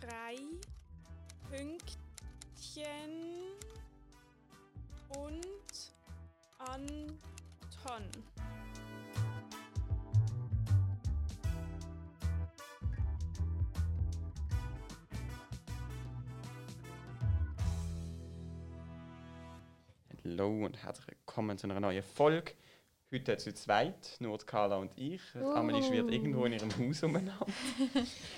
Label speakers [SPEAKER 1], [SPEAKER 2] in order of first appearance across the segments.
[SPEAKER 1] Drei Pünktchen und Anton.
[SPEAKER 2] Hallo und herzlich willkommen zu einer neuen Folge. Heute zu zweit, nur die Carla und ich.
[SPEAKER 3] Uh.
[SPEAKER 2] Uh. Amelie schwirrt irgendwo in ihrem Haus umeinander.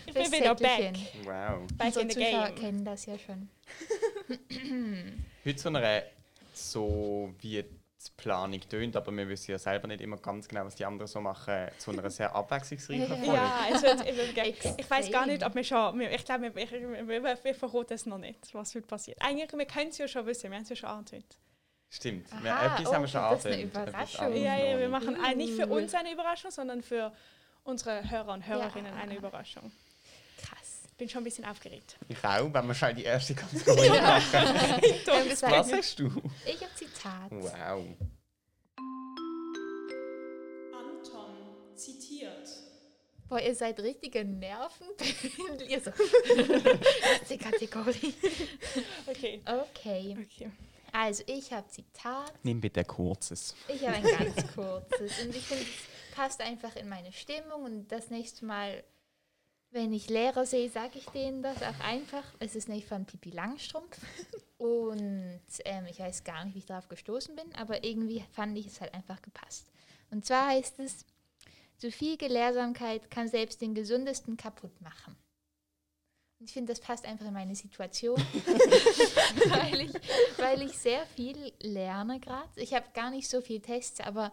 [SPEAKER 1] Ich
[SPEAKER 3] Bis
[SPEAKER 1] bin wieder back.
[SPEAKER 3] Säckelchen.
[SPEAKER 2] Wow.
[SPEAKER 1] Back
[SPEAKER 3] Unsere
[SPEAKER 1] in the
[SPEAKER 3] Zuschauer
[SPEAKER 1] game.
[SPEAKER 3] kennen das ja schon.
[SPEAKER 2] Heute so eine, so wie die Planung tönt, aber wir wissen ja selber nicht immer ganz genau, was die anderen so machen, zu einer sehr abwechslungsreichen Folge.
[SPEAKER 1] Ja, es wird immer geil.
[SPEAKER 3] Extrem.
[SPEAKER 1] Ich weiß gar nicht, ob wir schon. wir- Ich glaube, wir, wir, wir, wir verraten es noch nicht, was heute passiert. Eigentlich, wir können es ja schon wissen, wir haben es ja schon angedeutet.
[SPEAKER 2] Stimmt,
[SPEAKER 3] Aha,
[SPEAKER 2] wir, etwas haben wir schon
[SPEAKER 3] oh, das ist eine
[SPEAKER 2] angedeutet, etwas
[SPEAKER 3] Überraschung.
[SPEAKER 2] anderes
[SPEAKER 1] Ja, ja,
[SPEAKER 2] noch
[SPEAKER 1] wir
[SPEAKER 2] nicht.
[SPEAKER 1] machen ein- nicht für
[SPEAKER 3] Uh.
[SPEAKER 1] uns eine Überraschung, sondern für unsere Hörer und Hörerinnen
[SPEAKER 3] Ja.
[SPEAKER 1] eine Überraschung.
[SPEAKER 3] Krass.
[SPEAKER 1] Ich bin schon ein bisschen aufgeregt.
[SPEAKER 2] Ich auch, wenn wir schon die erste ganz neue machen.
[SPEAKER 3] Ähm, das war-
[SPEAKER 2] Was hast du?
[SPEAKER 3] ich habe Zitat.
[SPEAKER 2] Wow.
[SPEAKER 1] Anton zitiert.
[SPEAKER 3] Boah, ihr seid richtige Nerven. ihr so. Erste Kategorie.
[SPEAKER 1] Okay.
[SPEAKER 3] Okay,
[SPEAKER 1] Okay.
[SPEAKER 3] also ich habe Zitat.
[SPEAKER 2] Nimm bitte ein kurzes.
[SPEAKER 3] Ich habe ein ganz kurzes. Und ich finde, es passt einfach in meine Stimmung. Und das nächste Mal, wenn ich Lehrer sehe, sage ich denen das auch einfach. Es ist nicht von Pipi Langstrumpf. Und ähm, ich weiß gar nicht, wie ich darauf gestoßen bin, aber irgendwie fand ich es halt einfach gepasst. Und zwar heißt es, zu viel Gelehrsamkeit kann selbst den Gesundesten kaputt machen. Und ich finde, das passt einfach in meine Situation, weil, ich, weil ich sehr viel lerne gerade. Ich habe gar nicht so viel Tests, aber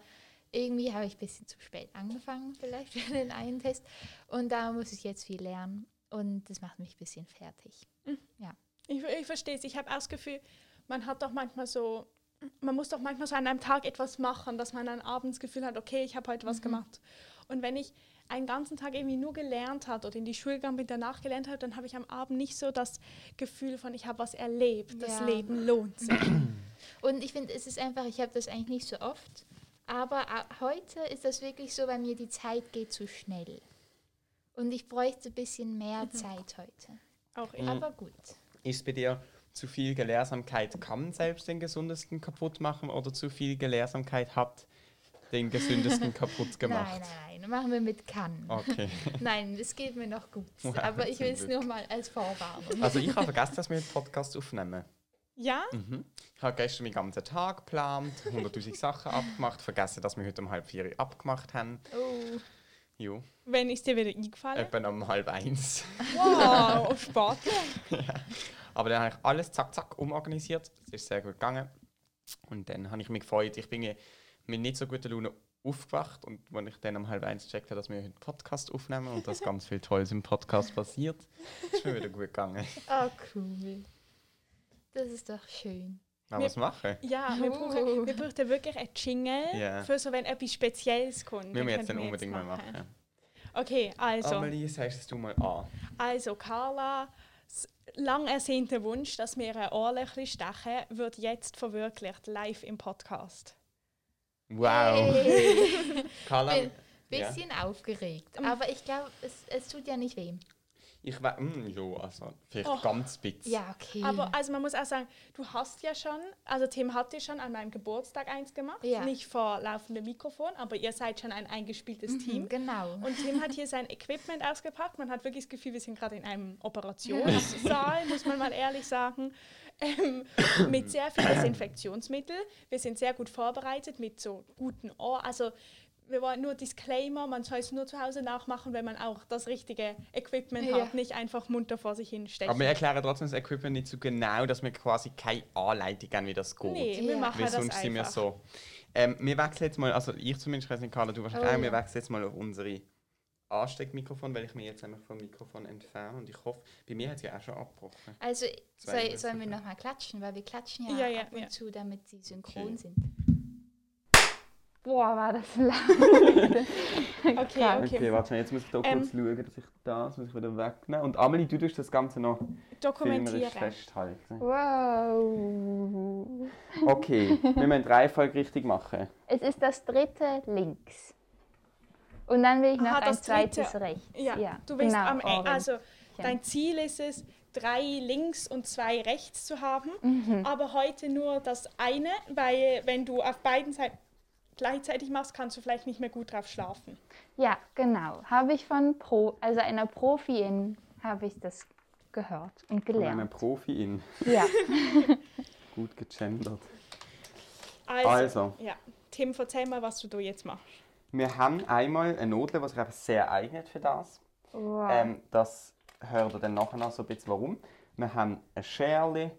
[SPEAKER 3] irgendwie habe ich ein bisschen zu spät angefangen, vielleicht für den einen Test. Und da muss ich jetzt viel lernen. Und das macht mich ein bisschen fertig.
[SPEAKER 1] Ich, ich verstehe es. Ich habe auch das Gefühl, man hat doch manchmal so, man muss doch manchmal so an einem Tag etwas machen, dass man dann abends das Gefühl hat, okay, ich habe heute was gemacht. Und wenn ich einen ganzen Tag irgendwie nur gelernt hat oder in die Schule gegangen bin, danach gelernt habe, dann habe ich am Abend nicht so das Gefühl von, ich habe was erlebt, das
[SPEAKER 3] Ja.
[SPEAKER 1] Leben lohnt sich.
[SPEAKER 3] Und ich finde, es ist einfach, ich habe das eigentlich nicht so oft, aber a- heute ist das wirklich so bei mir, die Zeit geht zu schnell. Und ich bräuchte ein bisschen mehr Zeit heute.
[SPEAKER 1] Auch
[SPEAKER 2] Mhm.
[SPEAKER 1] ich.
[SPEAKER 3] Aber gut.
[SPEAKER 2] Ist bei dir zu viel Gelehrsamkeit kann selbst den Gesundesten kaputt machen oder zu viel Gelehrsamkeit hat den Gesündesten kaputt
[SPEAKER 3] Nein,
[SPEAKER 2] gemacht?
[SPEAKER 3] nein, nein. Machen wir mit kann.
[SPEAKER 2] Okay.
[SPEAKER 3] Nein, es geht mir noch gut.
[SPEAKER 2] Wow,
[SPEAKER 3] aber ich
[SPEAKER 2] zum
[SPEAKER 3] will es
[SPEAKER 2] Glück.
[SPEAKER 3] nur mal als Vorwarnung.
[SPEAKER 2] Also ich habe vergessen, dass wir einen Podcast aufnehmen.
[SPEAKER 1] Ja?
[SPEAKER 2] Mhm. Ich habe gestern meinen ganzen Tag geplant, 100'000 Sachen abgemacht, vergessen, dass wir heute um halb vier Uhr abgemacht haben.
[SPEAKER 3] Oh.
[SPEAKER 2] Jo,
[SPEAKER 1] Wenn ist dir wieder eingefallen?
[SPEAKER 2] etwa um halb eins.
[SPEAKER 1] Wow, Sportler.
[SPEAKER 2] Aber dann habe ich alles zack, zack umorganisiert. Es ist sehr gut gegangen. Und dann habe ich mich gefreut. Ich bin ja mit nicht so guter Laune aufgewacht. Und als ich dann um halb eins gecheckt habe, dass wir heute einen Podcast aufnehmen und dass ganz viel Tolles im Podcast passiert, ist mir wieder gut gegangen.
[SPEAKER 3] oh, cool. Das ist doch schön.
[SPEAKER 2] Mal was machen.
[SPEAKER 1] Ja, wir
[SPEAKER 3] Oh.
[SPEAKER 1] brauchen, wir brauchen wirklich einen Jingle
[SPEAKER 2] Ja.
[SPEAKER 1] für so, wenn etwas Spezielles kommt.
[SPEAKER 2] Müssen wir jetzt
[SPEAKER 1] könnten
[SPEAKER 2] dann unbedingt mal machen.
[SPEAKER 1] Okay, also.
[SPEAKER 2] Amelie, sagst es du mal an.
[SPEAKER 1] Also Carla, s- lang ersehnter Wunsch, dass wir ein Ohrlächeln stechen, wird jetzt verwirklicht, live im Podcast.
[SPEAKER 2] Wow.
[SPEAKER 3] Hey.
[SPEAKER 2] Carla,
[SPEAKER 3] Bin bisschen aufgeregt. Aber ich glaube, es, es tut ja nicht weh.
[SPEAKER 2] ich war. Mm, jo, also vielleicht
[SPEAKER 1] Oh.
[SPEAKER 2] ganz bisschen.
[SPEAKER 3] Ja, okay.
[SPEAKER 1] Aber also man muss auch sagen, du hast ja schon, also Tim hat ja schon an meinem Geburtstag eins gemacht,
[SPEAKER 3] Ja.
[SPEAKER 1] nicht vor laufendem Mikrofon, aber ihr seid schon ein eingespieltes
[SPEAKER 2] Mhm.
[SPEAKER 1] Team.
[SPEAKER 3] genau.
[SPEAKER 1] Und Tim hat hier sein Equipment ausgepackt. Man hat wirklich das Gefühl, wir sind gerade in einem Operationssaal, muss man mal ehrlich sagen. Ähm, mit sehr viel Desinfektionsmittel. Wir sind sehr gut vorbereitet mit so guten Ohr. Also wir wollen nur Disclaimer, man soll es nur zu Hause nachmachen, wenn man auch das richtige Equipment
[SPEAKER 3] Ja.
[SPEAKER 1] hat, nicht einfach munter vor sich hinstechen.
[SPEAKER 2] Aber wir erklären trotzdem das Equipment nicht so genau, dass wir quasi keine Anleitung haben, wie das geht.
[SPEAKER 1] nee, wir
[SPEAKER 3] Ja.
[SPEAKER 1] machen
[SPEAKER 2] Weil
[SPEAKER 1] das
[SPEAKER 2] sonst
[SPEAKER 1] einfach.
[SPEAKER 2] sind wir so. Ähm, wir wechseln jetzt mal, also ich zumindest, ich weiß nicht, Carla, du wahrscheinlich
[SPEAKER 3] Oh,
[SPEAKER 2] auch, wir
[SPEAKER 3] ja.
[SPEAKER 2] wechseln jetzt mal auf unsere Ansteckmikrofon, weil ich mir jetzt einfach vom Mikrofon entferne und ich hoffe, bei mir hat es ja auch schon abgebrochen.
[SPEAKER 3] Also soll,
[SPEAKER 2] Minuten.
[SPEAKER 3] sollen wir nochmal klatschen, weil wir klatschen
[SPEAKER 1] Ja,
[SPEAKER 3] ja,
[SPEAKER 1] ja,
[SPEAKER 3] ab und
[SPEAKER 1] ja.
[SPEAKER 3] zu, damit sie synchron
[SPEAKER 2] Okay.
[SPEAKER 3] sind. Boah, war das lang.
[SPEAKER 1] Okay,
[SPEAKER 2] Okay,
[SPEAKER 1] okay.
[SPEAKER 2] warte mal, jetzt muss ich da
[SPEAKER 1] Ähm.
[SPEAKER 2] kurz schauen, dass ich das muss ich wieder wegnehmen. Und Amelie, du tust das Ganze noch filmerisch
[SPEAKER 1] Dokumentieren. Oh.
[SPEAKER 2] festhalten.
[SPEAKER 3] Wow.
[SPEAKER 2] Okay, wir müssen drei Folgen richtig machen.
[SPEAKER 3] Es ist das dritte links. Und dann will ich noch
[SPEAKER 1] Aha,
[SPEAKER 3] ein
[SPEAKER 1] das dritte.
[SPEAKER 3] zweites rechts.
[SPEAKER 1] Ja, du willst
[SPEAKER 3] genau,
[SPEAKER 1] am Ende,
[SPEAKER 3] orange.
[SPEAKER 1] also dein Ziel ist es, drei links und zwei rechts zu haben,
[SPEAKER 3] Mhm.
[SPEAKER 1] aber heute nur das eine, weil wenn du auf beiden Seiten gleichzeitig machst, kannst du vielleicht nicht mehr gut drauf schlafen.
[SPEAKER 3] Ja, genau. Habe ich von Pro, also einer Profin, habe ich das gehört und
[SPEAKER 2] Von einem
[SPEAKER 3] gelernt.
[SPEAKER 2] Profi in.
[SPEAKER 3] Ja.
[SPEAKER 2] Gut gegendert.
[SPEAKER 1] Also,
[SPEAKER 2] Also.
[SPEAKER 1] ja. Tim, erzähl mal, was du da jetzt machst.
[SPEAKER 2] Wir haben einmal eine Nudel, die sich eben sehr eignet für das.
[SPEAKER 3] Wow.
[SPEAKER 2] Ähm, das hört ihr dann nachher noch so ein bisschen warum. Wir haben ein Scherli,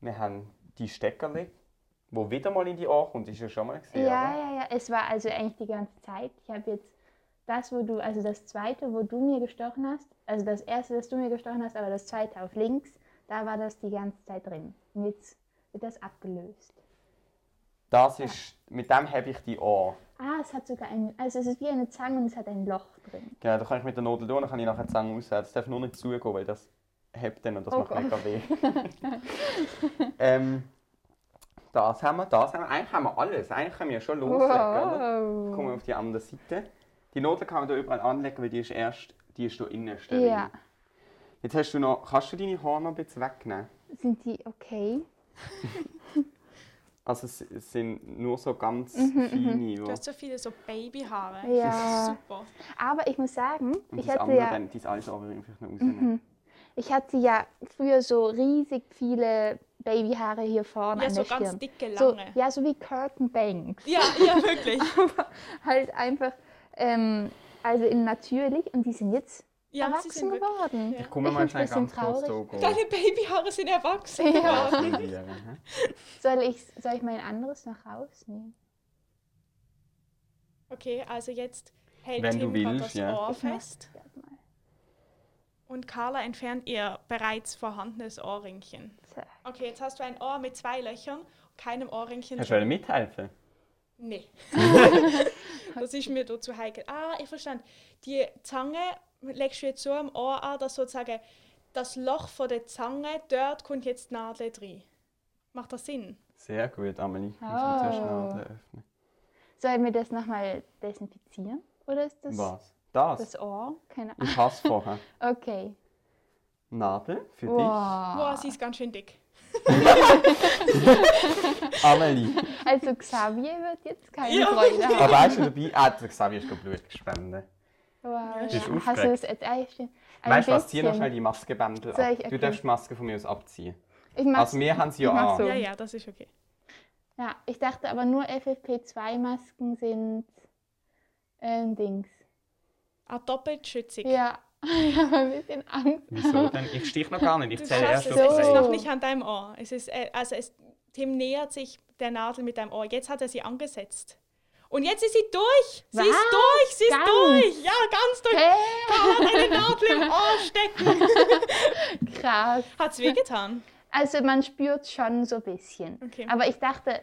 [SPEAKER 2] wir haben die Steckerli, wo wieder mal in die Ohr kommt, ist ja schon mal gesehen.
[SPEAKER 3] Ja, ja, ja. Es war also eigentlich die ganze Zeit. Ich habe jetzt das, wo du, also das zweite, wo du mir gestochen hast, also das erste, das du mir gestochen hast, aber das zweite auf links, da war das die ganze Zeit drin. Und jetzt wird das abgelöst.
[SPEAKER 2] Das ist, mit dem habe ich die Ohr.
[SPEAKER 3] Ah, es hat sogar ein, also es ist wie eine Zange und es hat ein Loch drin.
[SPEAKER 2] Genau, da kann ich mit der Nudel durch, dann kann ich nachher die Zange aussetzen. Das darf nur nicht zugehen, weil das hebt dann und das
[SPEAKER 3] Oh
[SPEAKER 2] macht
[SPEAKER 3] Gott.
[SPEAKER 2] mega weh. ähm, das haben wir, das haben wir. Eigentlich haben wir alles. Eigentlich können wir schon loslegen, oder? kommen wir auf die andere Seite. Die Noten kann man da überall anlegen, weil die ist erst, die ist da innen steril.
[SPEAKER 3] Ja.
[SPEAKER 2] Jetzt hast du noch, kannst du deine Haare noch ein bisschen wegnehmen?
[SPEAKER 3] Sind die okay?
[SPEAKER 2] Also es, es sind nur so ganz
[SPEAKER 3] Mhm,
[SPEAKER 2] feine,
[SPEAKER 1] Du
[SPEAKER 2] wo
[SPEAKER 1] hast so viele so Babyhaare.
[SPEAKER 3] Ja.
[SPEAKER 1] Das ist super.
[SPEAKER 3] Aber ich muss sagen,
[SPEAKER 2] und
[SPEAKER 3] ich
[SPEAKER 2] das
[SPEAKER 3] hatte
[SPEAKER 2] andere,
[SPEAKER 3] ja, Mhm.
[SPEAKER 2] dann, dein alles aber einfach noch rausnehmen.
[SPEAKER 3] ich hatte ja früher so riesig viele Babyhaare hier vorne
[SPEAKER 1] Ja,
[SPEAKER 3] an
[SPEAKER 1] so
[SPEAKER 3] der
[SPEAKER 1] ganz
[SPEAKER 3] Stirn.
[SPEAKER 1] dicke,
[SPEAKER 3] So,
[SPEAKER 1] lange.
[SPEAKER 3] ja, so wie Curtain Banks.
[SPEAKER 1] ja, ja, wirklich.
[SPEAKER 3] halt einfach, ähm, also in natürlich und die sind jetzt
[SPEAKER 1] Ja, sie
[SPEAKER 3] erwachsen
[SPEAKER 1] sind wirklich-
[SPEAKER 3] geworden.
[SPEAKER 1] Ja.
[SPEAKER 2] Ich komme
[SPEAKER 3] Ich
[SPEAKER 2] mal
[SPEAKER 3] find's
[SPEAKER 2] schnell
[SPEAKER 3] ein
[SPEAKER 2] ganz
[SPEAKER 3] bisschen
[SPEAKER 2] kurz da gehen.
[SPEAKER 1] Deine Babyhaare sind erwachsen.
[SPEAKER 3] Ja.
[SPEAKER 2] Ausprobieren, hä?
[SPEAKER 3] Soll, ich, soll ich mein anderes noch rausnehmen?
[SPEAKER 1] Okay, also jetzt hält
[SPEAKER 2] Wenn
[SPEAKER 1] Tim
[SPEAKER 2] du
[SPEAKER 1] gerade
[SPEAKER 2] willst,
[SPEAKER 1] das
[SPEAKER 2] ja.
[SPEAKER 1] Ohr
[SPEAKER 3] Ich mach's
[SPEAKER 1] fest
[SPEAKER 3] grad mal.
[SPEAKER 1] und Carla entfernt ihr bereits vorhandenes Ohrringchen.
[SPEAKER 3] So.
[SPEAKER 1] Okay, jetzt hast du ein Ohr mit zwei Löchern, keinem Ohrringchen.
[SPEAKER 2] Hast du
[SPEAKER 1] drin.
[SPEAKER 2] wollen mithelfen?
[SPEAKER 1] Nee. das ist mir da zu heikel. Ah, ich verstand. Die Zange legst du jetzt so am Ohr an, dass sozusagen das Loch von der Zange, dort kommt jetzt die Nadel drin. Macht das Sinn?
[SPEAKER 2] Sehr gut, Amelie. Ich muss
[SPEAKER 3] Oh.
[SPEAKER 2] zuerst noch den öffnen.
[SPEAKER 3] Sollen wir das nochmal desinfizieren? Oder ist das
[SPEAKER 2] Was? Das?
[SPEAKER 3] das Ohr? Keine Ahnung.
[SPEAKER 2] Ich hasse vorher.
[SPEAKER 3] Okay.
[SPEAKER 2] Nadel für
[SPEAKER 1] Boah,
[SPEAKER 3] Wow.
[SPEAKER 1] sie ist ganz schön dick.
[SPEAKER 2] dich. Amelie.
[SPEAKER 3] Also Xavier wird jetzt keine
[SPEAKER 1] Ja.
[SPEAKER 3] Freude haben.
[SPEAKER 2] Aber weißt du dabei? Ah, der Xavier ist gerade Blut gespendet.
[SPEAKER 3] Wow.
[SPEAKER 2] Sie ist
[SPEAKER 3] ja. Hast du
[SPEAKER 2] aufgeregt.
[SPEAKER 3] es jetzt eigentlich schon? Ein
[SPEAKER 2] Weißt du was, zieh noch halt
[SPEAKER 3] bisschen.
[SPEAKER 2] schnell die Maskenbändel
[SPEAKER 3] Soll
[SPEAKER 2] ab.
[SPEAKER 3] ich- okay.
[SPEAKER 2] Du darfst die Maske von mir aus abziehen.
[SPEAKER 3] Ich mach's.
[SPEAKER 2] Also wir haben sie
[SPEAKER 3] ich
[SPEAKER 2] ja
[SPEAKER 3] mach
[SPEAKER 2] an.
[SPEAKER 3] so.
[SPEAKER 1] Ja, ja, das ist okay.
[SPEAKER 3] Ja, ich dachte aber nur FFP2-Masken sind ähm, Dings.
[SPEAKER 1] Ah, doppelt schützig.
[SPEAKER 3] Ja, ich habe ein bisschen Angst.
[SPEAKER 2] Wieso denn? Ich stich noch gar nicht,
[SPEAKER 1] Du
[SPEAKER 2] ich zähle
[SPEAKER 1] schaffst
[SPEAKER 2] erst
[SPEAKER 1] es,
[SPEAKER 2] auf
[SPEAKER 3] so.
[SPEAKER 1] es ist
[SPEAKER 2] drei.
[SPEAKER 1] noch nicht an deinem Ohr. Es ist, äh, also es, Tim nähert sich der Nadel mit deinem Ohr. Jetzt hat er sie angesetzt. Und jetzt ist sie durch. Sie ist
[SPEAKER 3] Was?
[SPEAKER 1] durch, sie ist
[SPEAKER 3] Ganz?
[SPEAKER 1] durch. Ja, ganz durch.
[SPEAKER 3] Hä?
[SPEAKER 1] Eine Nadel im Ohr stecken.
[SPEAKER 3] Krass.
[SPEAKER 1] Hat's wehgetan?
[SPEAKER 3] Also man spürt schon so ein bisschen.
[SPEAKER 1] Okay.
[SPEAKER 3] Aber ich dachte,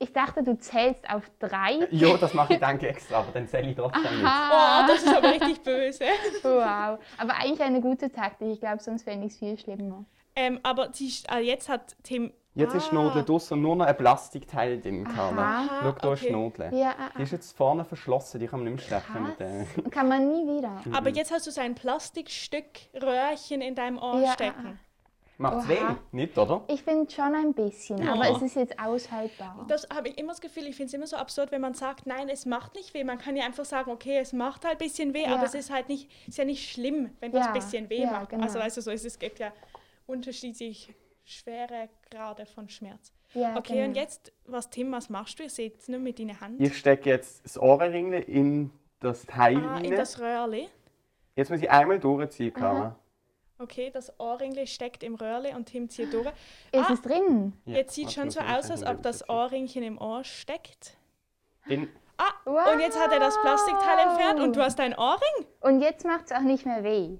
[SPEAKER 3] ich dachte, du zählst auf drei.
[SPEAKER 2] Jo, das mache ich danke extra, aber dann zähle ich trotzdem nicht.
[SPEAKER 3] Ah.
[SPEAKER 1] Oh, das ist aber richtig böse.
[SPEAKER 3] Wow. Aber eigentlich eine gute Taktik. Ich glaube, sonst fände ich es viel schlimmer.
[SPEAKER 1] Ähm, aber sie, ist- ah, jetzt hat Tim.
[SPEAKER 2] Jetzt ist die Nadel draussen und nur noch ein Plastikteil drin, Carla.
[SPEAKER 3] Ah. Aha,
[SPEAKER 2] Schau, da ist die
[SPEAKER 1] okay.
[SPEAKER 2] Nadel.
[SPEAKER 3] Ja, ah,
[SPEAKER 2] Die ist jetzt vorne verschlossen, die kann man nicht mehr stechen mit der.
[SPEAKER 3] krass. Kann man nie wieder.
[SPEAKER 1] Aber jetzt hast du so ein Plastikstück Röhrchen in deinem Ohr
[SPEAKER 3] Ja, ah,
[SPEAKER 1] stecken.
[SPEAKER 2] Macht's
[SPEAKER 3] Oha.
[SPEAKER 2] weh? Nicht, oder?
[SPEAKER 3] Ich finde schon ein bisschen, aber
[SPEAKER 1] Ja.
[SPEAKER 3] es ist jetzt aushaltbar.
[SPEAKER 1] Das habe ich immer das Gefühl, ich finde es immer so absurd, wenn man sagt, nein, es macht nicht weh. Man kann ja einfach sagen, okay, es macht halt ein bisschen weh,
[SPEAKER 3] Ja.
[SPEAKER 1] aber es ist halt nicht, ist ja nicht schlimm, wenn was
[SPEAKER 3] Ja,
[SPEAKER 1] ein bisschen weh
[SPEAKER 3] ja,
[SPEAKER 1] macht.
[SPEAKER 3] genau.
[SPEAKER 1] Also weißt du, so ist es gibt ja unterschiedlich schwere Grade von Schmerz.
[SPEAKER 3] Ja,
[SPEAKER 1] okay,
[SPEAKER 3] genau.
[SPEAKER 1] und jetzt, was Tim, was machst du? Ihr seht es nur mit deiner Hand.
[SPEAKER 2] Ich stecke jetzt das Ohrring in das Teil
[SPEAKER 1] Ah, in
[SPEAKER 2] rein.
[SPEAKER 1] das Röhrli.
[SPEAKER 2] Jetzt muss ich einmal durchziehen, Carla.
[SPEAKER 1] Okay, das Ohrringli steckt im Röhrli und Tim zieht durch.
[SPEAKER 3] Es
[SPEAKER 1] Ah.
[SPEAKER 3] ist drin.
[SPEAKER 2] Ja,
[SPEAKER 1] jetzt sieht
[SPEAKER 2] warte,
[SPEAKER 1] schon
[SPEAKER 2] muss
[SPEAKER 1] so
[SPEAKER 2] ich
[SPEAKER 1] aus, als
[SPEAKER 2] noch
[SPEAKER 1] ob das
[SPEAKER 2] durchziehen.
[SPEAKER 1] Ohrringchen im Ohr steckt.
[SPEAKER 2] Den-
[SPEAKER 1] Ah,
[SPEAKER 3] Wow.
[SPEAKER 1] und jetzt hat er das Plastikteil entfernt und du hast ein Ohrring?
[SPEAKER 3] Und jetzt macht es auch nicht mehr weh.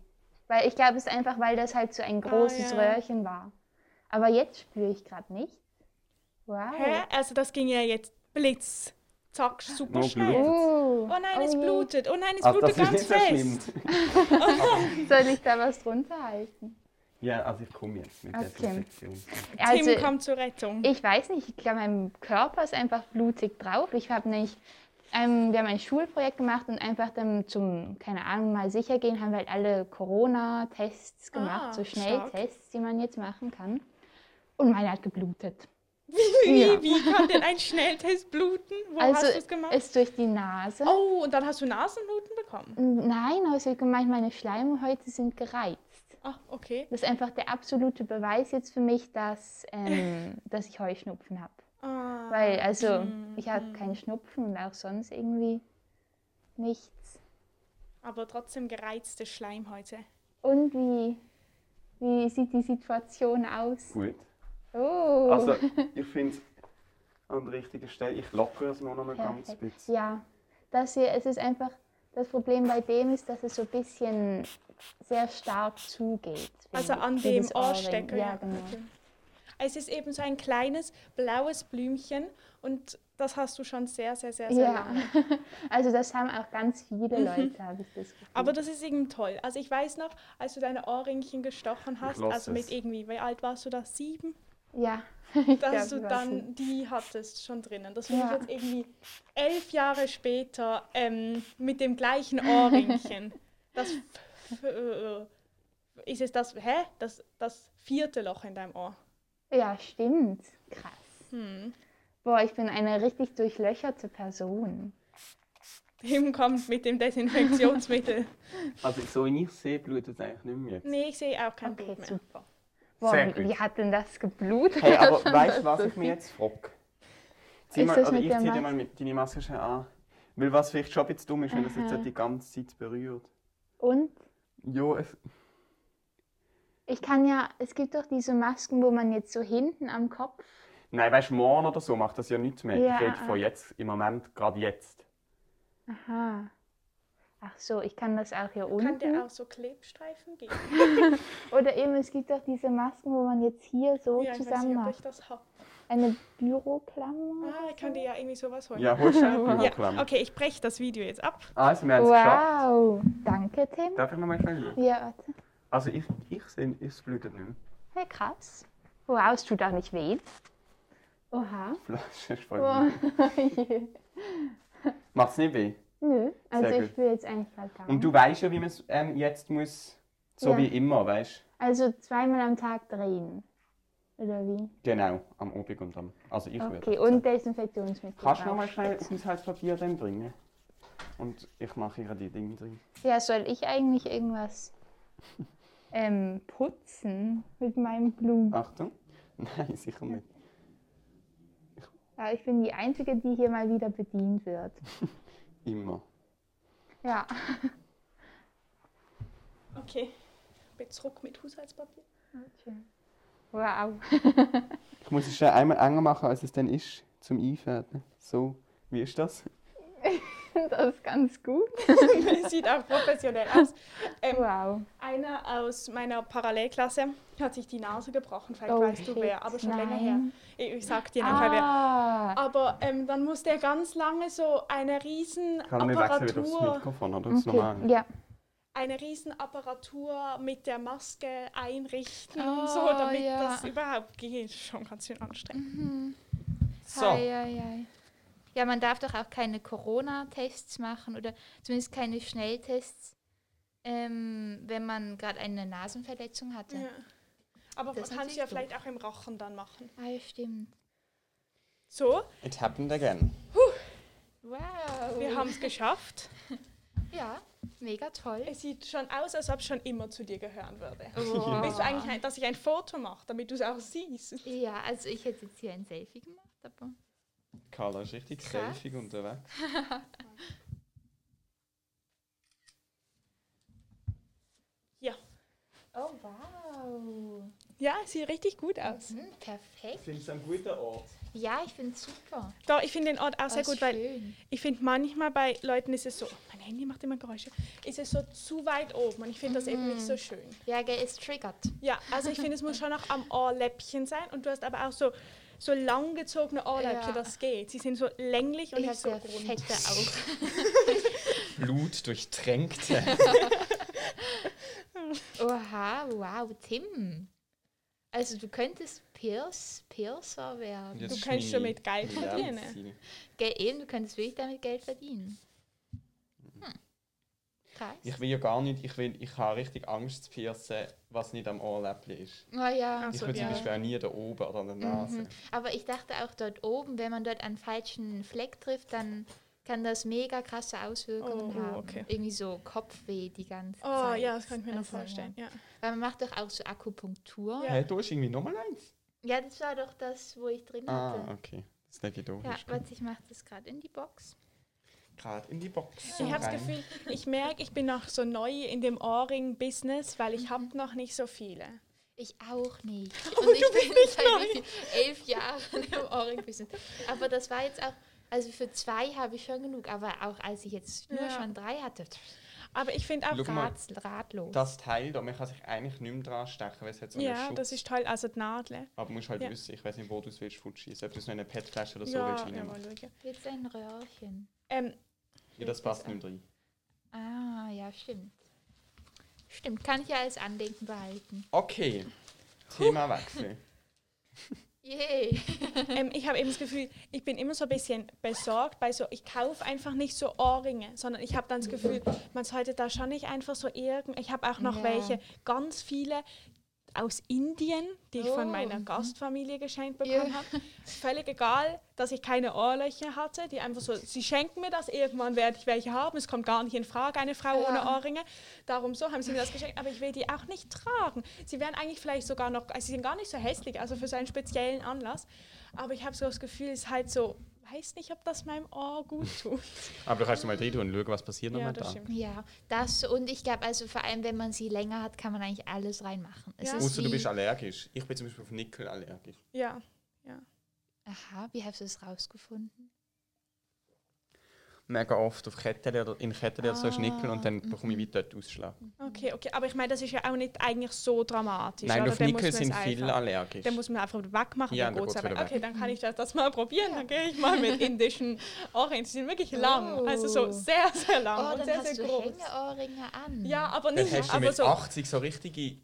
[SPEAKER 3] Weil ich glaube, es ist einfach, weil das halt so ein großes
[SPEAKER 1] Ah, ja.
[SPEAKER 3] Röhrchen war. Aber jetzt spüre ich gerade nicht. Wow.
[SPEAKER 1] Hä? Also das ging ja jetzt blitz. zack, super
[SPEAKER 2] Oh,
[SPEAKER 1] schnell.
[SPEAKER 2] Blut.
[SPEAKER 3] Oh,
[SPEAKER 1] Oh nein, es
[SPEAKER 3] je.
[SPEAKER 1] blutet. Oh nein, es
[SPEAKER 2] Also
[SPEAKER 1] blutet
[SPEAKER 2] das ist
[SPEAKER 1] ganz
[SPEAKER 2] nicht so schlimm.
[SPEAKER 1] fest.
[SPEAKER 3] Soll ich da was drunter halten?
[SPEAKER 2] Ja, also ich komme jetzt mit der
[SPEAKER 3] Okay.
[SPEAKER 2] Desinfektion.
[SPEAKER 3] Also,
[SPEAKER 1] Tim kommt zur Rettung.
[SPEAKER 3] ich weiß nicht, ich glaube, mein Körper ist einfach blutig drauf. Ich habe nicht, ähm, wir haben ein Schulprojekt gemacht und einfach dann zum, keine Ahnung, mal sicher gehen, haben wir halt alle Corona-Tests gemacht,
[SPEAKER 1] Ah,
[SPEAKER 3] so
[SPEAKER 1] stark.
[SPEAKER 3] Schnelltests, die man jetzt machen kann. Und meine hat geblutet.
[SPEAKER 1] Wie,
[SPEAKER 3] Ja.
[SPEAKER 1] wie kann denn ein Schnelltest bluten? Wo
[SPEAKER 3] also,
[SPEAKER 1] hast du es gemacht?
[SPEAKER 3] ist durch die Nase.
[SPEAKER 1] oh, und dann hast du Nasenbluten bekommen.
[SPEAKER 3] Nein, also ich gemeint, meine Schleimhäute sind gereizt.
[SPEAKER 1] Ach, Ah, okay.
[SPEAKER 3] Das ist einfach der absolute Beweis jetzt für mich, dass, ähm, dass ich Heuschnupfen habe.
[SPEAKER 1] Ah,
[SPEAKER 3] Weil, also,
[SPEAKER 1] mm,
[SPEAKER 3] ich habe
[SPEAKER 1] mm.
[SPEAKER 3] keinen Schnupfen und auch sonst irgendwie nichts.
[SPEAKER 1] Aber trotzdem gereizte Schleimhäute.
[SPEAKER 3] Und wie, wie sieht die Situation aus?
[SPEAKER 2] Gut.
[SPEAKER 3] Oh,
[SPEAKER 2] Also ich finde es an der richtigen Stelle. Ich lockere es nur noch mal ganz
[SPEAKER 3] perfekt.
[SPEAKER 2] bisschen.
[SPEAKER 3] Ja, das hier, es ist einfach, das Problem bei dem ist, dass es so ein bisschen sehr stark zugeht.
[SPEAKER 1] Also
[SPEAKER 3] wie-
[SPEAKER 1] an
[SPEAKER 3] wie
[SPEAKER 1] dem
[SPEAKER 3] das Ohrring.
[SPEAKER 1] Ohrstecker.
[SPEAKER 3] Ja, genau.
[SPEAKER 1] okay. Es ist eben so ein kleines blaues Blümchen und das hast du schon sehr, sehr, sehr, sehr
[SPEAKER 3] Ja,
[SPEAKER 1] lange. Mhm.
[SPEAKER 3] also das haben auch ganz viele Leute, habe ich das Gefühl.
[SPEAKER 1] Aber das ist eben toll. Also ich weiß noch, als du deine Ohrringchen gestochen hast,
[SPEAKER 2] lass
[SPEAKER 1] also mit
[SPEAKER 2] es.
[SPEAKER 1] irgendwie, wie alt warst du da? Sieben?
[SPEAKER 3] ja,
[SPEAKER 1] dass
[SPEAKER 3] glaub,
[SPEAKER 1] du
[SPEAKER 3] ich weiß
[SPEAKER 1] dann die hattest schon drinnen. Das finde
[SPEAKER 3] Ja.
[SPEAKER 1] ich jetzt irgendwie elf Jahre später ähm, mit dem gleichen Ohrringchen. Das f- f- äh, ist es das, hä? Das, das vierte Loch in deinem Ohr.
[SPEAKER 3] ja, stimmt. Krass.
[SPEAKER 1] Hm.
[SPEAKER 3] Boah, ich bin eine richtig durchlöcherte Person.
[SPEAKER 1] Tim kommt mit dem Desinfektionsmittel.
[SPEAKER 2] Also so wie ich sehe, blutet es eigentlich nicht mehr. jetzt.
[SPEAKER 1] nee, ich sehe auch kein
[SPEAKER 3] Okay,
[SPEAKER 1] Blut mehr.
[SPEAKER 3] super. Boah,
[SPEAKER 2] Sehr
[SPEAKER 3] wie,
[SPEAKER 2] gut.
[SPEAKER 3] wie hat denn das geblutet?
[SPEAKER 2] Hey, aber
[SPEAKER 3] Schon
[SPEAKER 2] weißt du,
[SPEAKER 3] das
[SPEAKER 2] was
[SPEAKER 3] so
[SPEAKER 2] ich mir
[SPEAKER 3] viel.
[SPEAKER 2] jetzt frage? Zieh
[SPEAKER 3] Ist
[SPEAKER 2] mal,
[SPEAKER 3] das
[SPEAKER 2] oder
[SPEAKER 3] mit
[SPEAKER 2] ich
[SPEAKER 3] der
[SPEAKER 2] ziehe dir
[SPEAKER 3] Maske?
[SPEAKER 2] mal mit, deine Maske schon an. Weil was vielleicht schon ein bisschen dumm ist, wenn das jetzt
[SPEAKER 3] Aha.
[SPEAKER 2] halt die ganze Zeit berührt.
[SPEAKER 3] Und?
[SPEAKER 2] Ja, es,
[SPEAKER 3] Ich kann ja, es gibt doch diese Masken, wo man jetzt so hinten am Kopf.
[SPEAKER 2] nein, weißt du, morgen oder so macht das ja nichts mehr.
[SPEAKER 3] Ja,
[SPEAKER 2] ich rede
[SPEAKER 3] ah.
[SPEAKER 2] von jetzt, im Moment, gerade jetzt.
[SPEAKER 3] Aha. Ach so, ich kann das auch hier
[SPEAKER 1] Kann
[SPEAKER 3] unten.
[SPEAKER 1] der auch so Klebstreifen geben?
[SPEAKER 3] Oder eben, es gibt doch diese Masken, wo man jetzt hier so
[SPEAKER 1] ja, ich weiß
[SPEAKER 3] zusammen
[SPEAKER 1] nicht, ob ich
[SPEAKER 3] macht.
[SPEAKER 1] das habe.
[SPEAKER 3] Eine Büroklammer.
[SPEAKER 1] Ah,
[SPEAKER 3] oder
[SPEAKER 1] ich kann
[SPEAKER 3] so?
[SPEAKER 1] dir ja irgendwie sowas holen.
[SPEAKER 2] Ja, holst du eine
[SPEAKER 1] Ja,
[SPEAKER 2] Blutklammer?
[SPEAKER 1] okay, ich breche das Video jetzt ab.
[SPEAKER 2] Also, wir haben es geschafft.
[SPEAKER 3] Wow, danke Tim.
[SPEAKER 2] Darf ich noch mal schauen?
[SPEAKER 3] Ja, warte.
[SPEAKER 2] Also, ich, ich sehe, es blutet nicht mehr.
[SPEAKER 3] Hey, krass. Wow, es tut auch nicht weh. Oha.
[SPEAKER 2] Die Flasche ist voll.
[SPEAKER 3] Wow.
[SPEAKER 2] Macht es nicht weh?
[SPEAKER 3] Nö, also
[SPEAKER 2] Sehr
[SPEAKER 3] ich
[SPEAKER 2] gut.
[SPEAKER 3] will jetzt eigentlich gerade gar
[SPEAKER 2] Und
[SPEAKER 3] nicht.
[SPEAKER 2] du weißt ja, wie man es ähm, jetzt muss, so
[SPEAKER 3] Mhm. Ja.
[SPEAKER 2] wie immer, weißt
[SPEAKER 3] Also zweimal am Tag drehen. Oder wie?
[SPEAKER 2] Genau, am Obig und am. Also, ich würde.
[SPEAKER 3] Okay, und Desinfektionsmittel.
[SPEAKER 2] Kannst du noch
[SPEAKER 3] drauf.
[SPEAKER 2] mal schnell Haushaltspapier dann bringen? Und ich mache ihr die Dinge drin.
[SPEAKER 3] Ja, soll ich eigentlich irgendwas ähm, putzen mit meinem Blumen?
[SPEAKER 2] Achtung. Nein, sicher nicht.
[SPEAKER 3] Ja, ich bin die Einzige, die hier mal wieder bedient wird.
[SPEAKER 2] Immer.
[SPEAKER 3] Ja.
[SPEAKER 1] Okay. Bezruck mit Haushaltspapier.
[SPEAKER 3] Wow.
[SPEAKER 2] Ich muss es schon einmal enger machen, als es dann ist, zum Einfädeln. So, wie ist das?
[SPEAKER 3] Das ist ganz gut.
[SPEAKER 1] Sieht auch professionell aus. Ähm,
[SPEAKER 3] Wow.
[SPEAKER 1] Einer aus meiner Parallelklasse hat sich die Nase gebrochen. Vielleicht
[SPEAKER 3] Oh,
[SPEAKER 1] weißt du
[SPEAKER 3] shit.
[SPEAKER 1] wer, aber schon länger her.
[SPEAKER 3] Nein.
[SPEAKER 1] Ich, ich sag
[SPEAKER 2] Genau.
[SPEAKER 1] dir nachher wer.
[SPEAKER 3] Ah.
[SPEAKER 1] Aber ähm, dann musste er ganz lange so eine riesen
[SPEAKER 2] Kann man wechseln wieder aufs
[SPEAKER 1] Apparatur,
[SPEAKER 2] Mikrofon oder aufs
[SPEAKER 3] Okay.
[SPEAKER 2] Normale?
[SPEAKER 3] Ja.
[SPEAKER 1] eine riesen Apparatur mit der Maske einrichten,
[SPEAKER 4] Oh,
[SPEAKER 1] so damit
[SPEAKER 4] ja.
[SPEAKER 1] das überhaupt geht. Schon ganz schön anstrengend.
[SPEAKER 5] So,
[SPEAKER 4] Ei, ei, ei. Ja, man darf doch auch keine Corona-Tests machen oder zumindest keine Schnelltests, ähm, wenn man gerade eine Nasenverletzung hatte.
[SPEAKER 1] Ja. Aber
[SPEAKER 4] Das
[SPEAKER 1] das
[SPEAKER 4] ist
[SPEAKER 1] kannst du ja
[SPEAKER 4] natürlich
[SPEAKER 1] vielleicht auch im Rachen dann machen.
[SPEAKER 4] Ah, ja, stimmt.
[SPEAKER 1] So,
[SPEAKER 5] it happened again.
[SPEAKER 4] Wow.
[SPEAKER 1] wir haben es geschafft.
[SPEAKER 4] ja, mega toll.
[SPEAKER 1] Es sieht schon aus, als ob es schon immer zu dir gehören würde.
[SPEAKER 4] Oh.
[SPEAKER 1] Willst du eigentlich, ein- dass ich ein Foto mache, damit du es auch siehst?
[SPEAKER 4] Ja, also ich hätte jetzt hier ein Selfie gemacht, aber
[SPEAKER 5] Carla ist richtig
[SPEAKER 4] Krass.
[SPEAKER 5] selfig unterwegs.
[SPEAKER 1] Ja.
[SPEAKER 4] Oh, wow.
[SPEAKER 1] Ja, es sieht richtig gut aus.
[SPEAKER 4] Hm, perfekt.
[SPEAKER 2] Findest du einen guten Ort?
[SPEAKER 4] Ja, ich finde super.
[SPEAKER 1] Doch, ich finde den Ort auch sehr
[SPEAKER 4] Das
[SPEAKER 1] gut,
[SPEAKER 4] ist
[SPEAKER 1] weil
[SPEAKER 4] schön.
[SPEAKER 1] ich finde manchmal bei Leuten ist es so, mein Handy macht immer Geräusche, ist es so zu weit oben und ich finde das eben nicht so schön.
[SPEAKER 4] Ja, gell, es triggert.
[SPEAKER 1] Ja, also ich finde, es muss schon auch am Ohrläppchen sein und du hast aber auch so so langgezogene Ohrläppchen,
[SPEAKER 3] Ja.
[SPEAKER 1] das geht. Sie sind so länglich und
[SPEAKER 3] Ich
[SPEAKER 1] nicht
[SPEAKER 3] habe
[SPEAKER 1] so
[SPEAKER 3] sehr
[SPEAKER 1] rund.
[SPEAKER 3] fette Augen.
[SPEAKER 2] Blut durchtränkte.
[SPEAKER 3] Oha, wow, Tim. Also du könntest Pierce, Piercer werden.
[SPEAKER 1] Du kannst schon mit Geld verdienen.
[SPEAKER 3] Gell, eben, du könntest wirklich damit Geld verdienen. Hm. Krass.
[SPEAKER 2] Ich will ja gar nicht, ich, will, ich habe richtig Angst zu piercen, was nicht am Ohrläppchen ist.
[SPEAKER 3] Ah ja.
[SPEAKER 1] Ach
[SPEAKER 2] Ich
[SPEAKER 1] so,
[SPEAKER 2] will zum
[SPEAKER 1] ja. Mhm.
[SPEAKER 2] Beispiel auch nie da oben oder an der Nase.
[SPEAKER 3] Aber ich dachte auch dort oben, wenn man dort einen falschen Fleck trifft, dann kann das mega krasse
[SPEAKER 1] Oh,
[SPEAKER 3] Auswirkungen haben.
[SPEAKER 1] okay.
[SPEAKER 3] Irgendwie so Kopfweh die ganze
[SPEAKER 1] Oh
[SPEAKER 3] Zeit.
[SPEAKER 1] ja, das kann ich mir noch
[SPEAKER 3] Also, ja.
[SPEAKER 1] vorstellen. Ja.
[SPEAKER 3] Weil man macht doch auch so Akupunktur.
[SPEAKER 1] Ja.
[SPEAKER 3] Ja,
[SPEAKER 2] Hey, du hast irgendwie nochmal eins?
[SPEAKER 3] das war doch das, wo ich drin
[SPEAKER 2] Ah,
[SPEAKER 3] hatte.
[SPEAKER 2] okay. Das ist nicht
[SPEAKER 3] Ja,
[SPEAKER 2] logisch.
[SPEAKER 3] warte, ich mache das gerade in die Box.
[SPEAKER 2] Gerade in die Box.
[SPEAKER 1] Ich habe das
[SPEAKER 2] rein.
[SPEAKER 1] Gefühl, ich merke, ich bin noch so neu in dem Ohrring-Business, weil ich habe noch nicht so viele.
[SPEAKER 3] Ich auch nicht. Und ich bin nicht seit wie viel- elf Jahren im Ohrring-Business. Aber das war jetzt auch, also für zwei habe ich schon genug, aber auch als ich jetzt nur
[SPEAKER 1] Ja.
[SPEAKER 3] schon drei hatte,
[SPEAKER 1] Aber ich finde auch,
[SPEAKER 2] Schau mal.
[SPEAKER 3] rat's ratlos.
[SPEAKER 2] Das Teil da, man kann sich eigentlich nicht mehr dran stechen, weil es hat so einen
[SPEAKER 1] ja,
[SPEAKER 2] Schutz.
[SPEAKER 1] das ist toll, also die Nadel.
[SPEAKER 2] Aber du musst halt
[SPEAKER 1] Ja.
[SPEAKER 2] wissen, ich weiß nicht, wo du es willst futschießen. Ob du es noch in eine Petflasche oder so
[SPEAKER 1] ja,
[SPEAKER 2] willst
[SPEAKER 1] ja, mal
[SPEAKER 2] reinmachen.
[SPEAKER 1] schauen.
[SPEAKER 3] Jetzt ein Röhrchen.
[SPEAKER 1] Ähm,
[SPEAKER 2] Ja, das passt nicht mehr rein.
[SPEAKER 3] Ah, ja, stimmt. Stimmt, kann ich ja als Andenken behalten.
[SPEAKER 2] Okay, Themawechsel.
[SPEAKER 3] Yay!
[SPEAKER 1] ähm, ich habe eben das Gefühl, ich bin immer so ein bisschen besorgt bei so, ich kaufe einfach nicht so Ohrringe, sondern ich habe dann das Gefühl, man sollte da schon nicht einfach so irgend. Ich habe auch noch
[SPEAKER 3] Ja.
[SPEAKER 1] welche, ganz viele aus Indien, die ich von
[SPEAKER 3] Oh,
[SPEAKER 1] meiner
[SPEAKER 3] mhm.
[SPEAKER 1] Gastfamilie geschenkt
[SPEAKER 3] Ja.
[SPEAKER 1] bekommen habe. Völlig egal, dass ich keine Ohrlöcher hatte, die einfach so, sie schenken mir das, irgendwann werde ich welche haben, es kommt gar nicht in Frage, eine Frau
[SPEAKER 3] Ja.
[SPEAKER 1] ohne Ohrringe. Darum so haben sie mir das geschenkt, aber ich will die auch nicht tragen. Sie wären eigentlich vielleicht sogar noch, also sie sind gar nicht so hässlich, also für so einen speziellen Anlass. Aber ich habe so das Gefühl, es ist halt so, weiß nicht, ob das meinem Ohr gut tut.
[SPEAKER 2] Aber du kannst mal rein tun und schauen, was passiert
[SPEAKER 1] ja,
[SPEAKER 2] nochmal
[SPEAKER 1] das
[SPEAKER 2] da.
[SPEAKER 1] stimmt.
[SPEAKER 3] Ja, das und ich glaube, also vor allem, wenn man sie länger hat, kann man eigentlich alles reinmachen. Es
[SPEAKER 1] Ja.
[SPEAKER 3] ist
[SPEAKER 2] Außer du
[SPEAKER 3] wie-
[SPEAKER 2] bist allergisch. Ich bin zum Beispiel auf Nickel allergisch.
[SPEAKER 1] Ja,
[SPEAKER 3] Aha, wie hast du es rausgefunden?
[SPEAKER 2] Mega oft auf Ketten oder in Ketten oder so
[SPEAKER 1] Ah,
[SPEAKER 2] ist Nickel und dann bekomme ich
[SPEAKER 1] mhm.
[SPEAKER 2] wieder dort Ausschlag.
[SPEAKER 1] okay, okay. Aber ich meine, das ist ja auch nicht eigentlich so dramatisch.
[SPEAKER 2] Nein,
[SPEAKER 1] oder?
[SPEAKER 2] auf
[SPEAKER 1] Dann muss
[SPEAKER 2] Nickel
[SPEAKER 1] man's
[SPEAKER 2] sind viele
[SPEAKER 1] einfach-
[SPEAKER 2] allergisch.
[SPEAKER 1] Dann muss man einfach wegmachen,
[SPEAKER 2] Ja,
[SPEAKER 1] dann
[SPEAKER 2] dann
[SPEAKER 1] geht's
[SPEAKER 2] geht's
[SPEAKER 1] aber.
[SPEAKER 2] wieder weg.
[SPEAKER 1] Okay, dann kann ich das, das mal probieren. Dann gehe ich mal mit indischen Orangen. Die sind wirklich lang. Also so
[SPEAKER 3] Oh.
[SPEAKER 1] sehr, sehr
[SPEAKER 3] Oh,
[SPEAKER 1] lang und
[SPEAKER 3] dann
[SPEAKER 1] sehr,
[SPEAKER 3] hast
[SPEAKER 1] sehr
[SPEAKER 3] du
[SPEAKER 1] groß.
[SPEAKER 3] Hängeohrringe an.
[SPEAKER 1] Ja, aber
[SPEAKER 2] Dann
[SPEAKER 1] nicht
[SPEAKER 2] hast du
[SPEAKER 1] aber
[SPEAKER 2] mit
[SPEAKER 1] so.
[SPEAKER 2] 80 so richtige,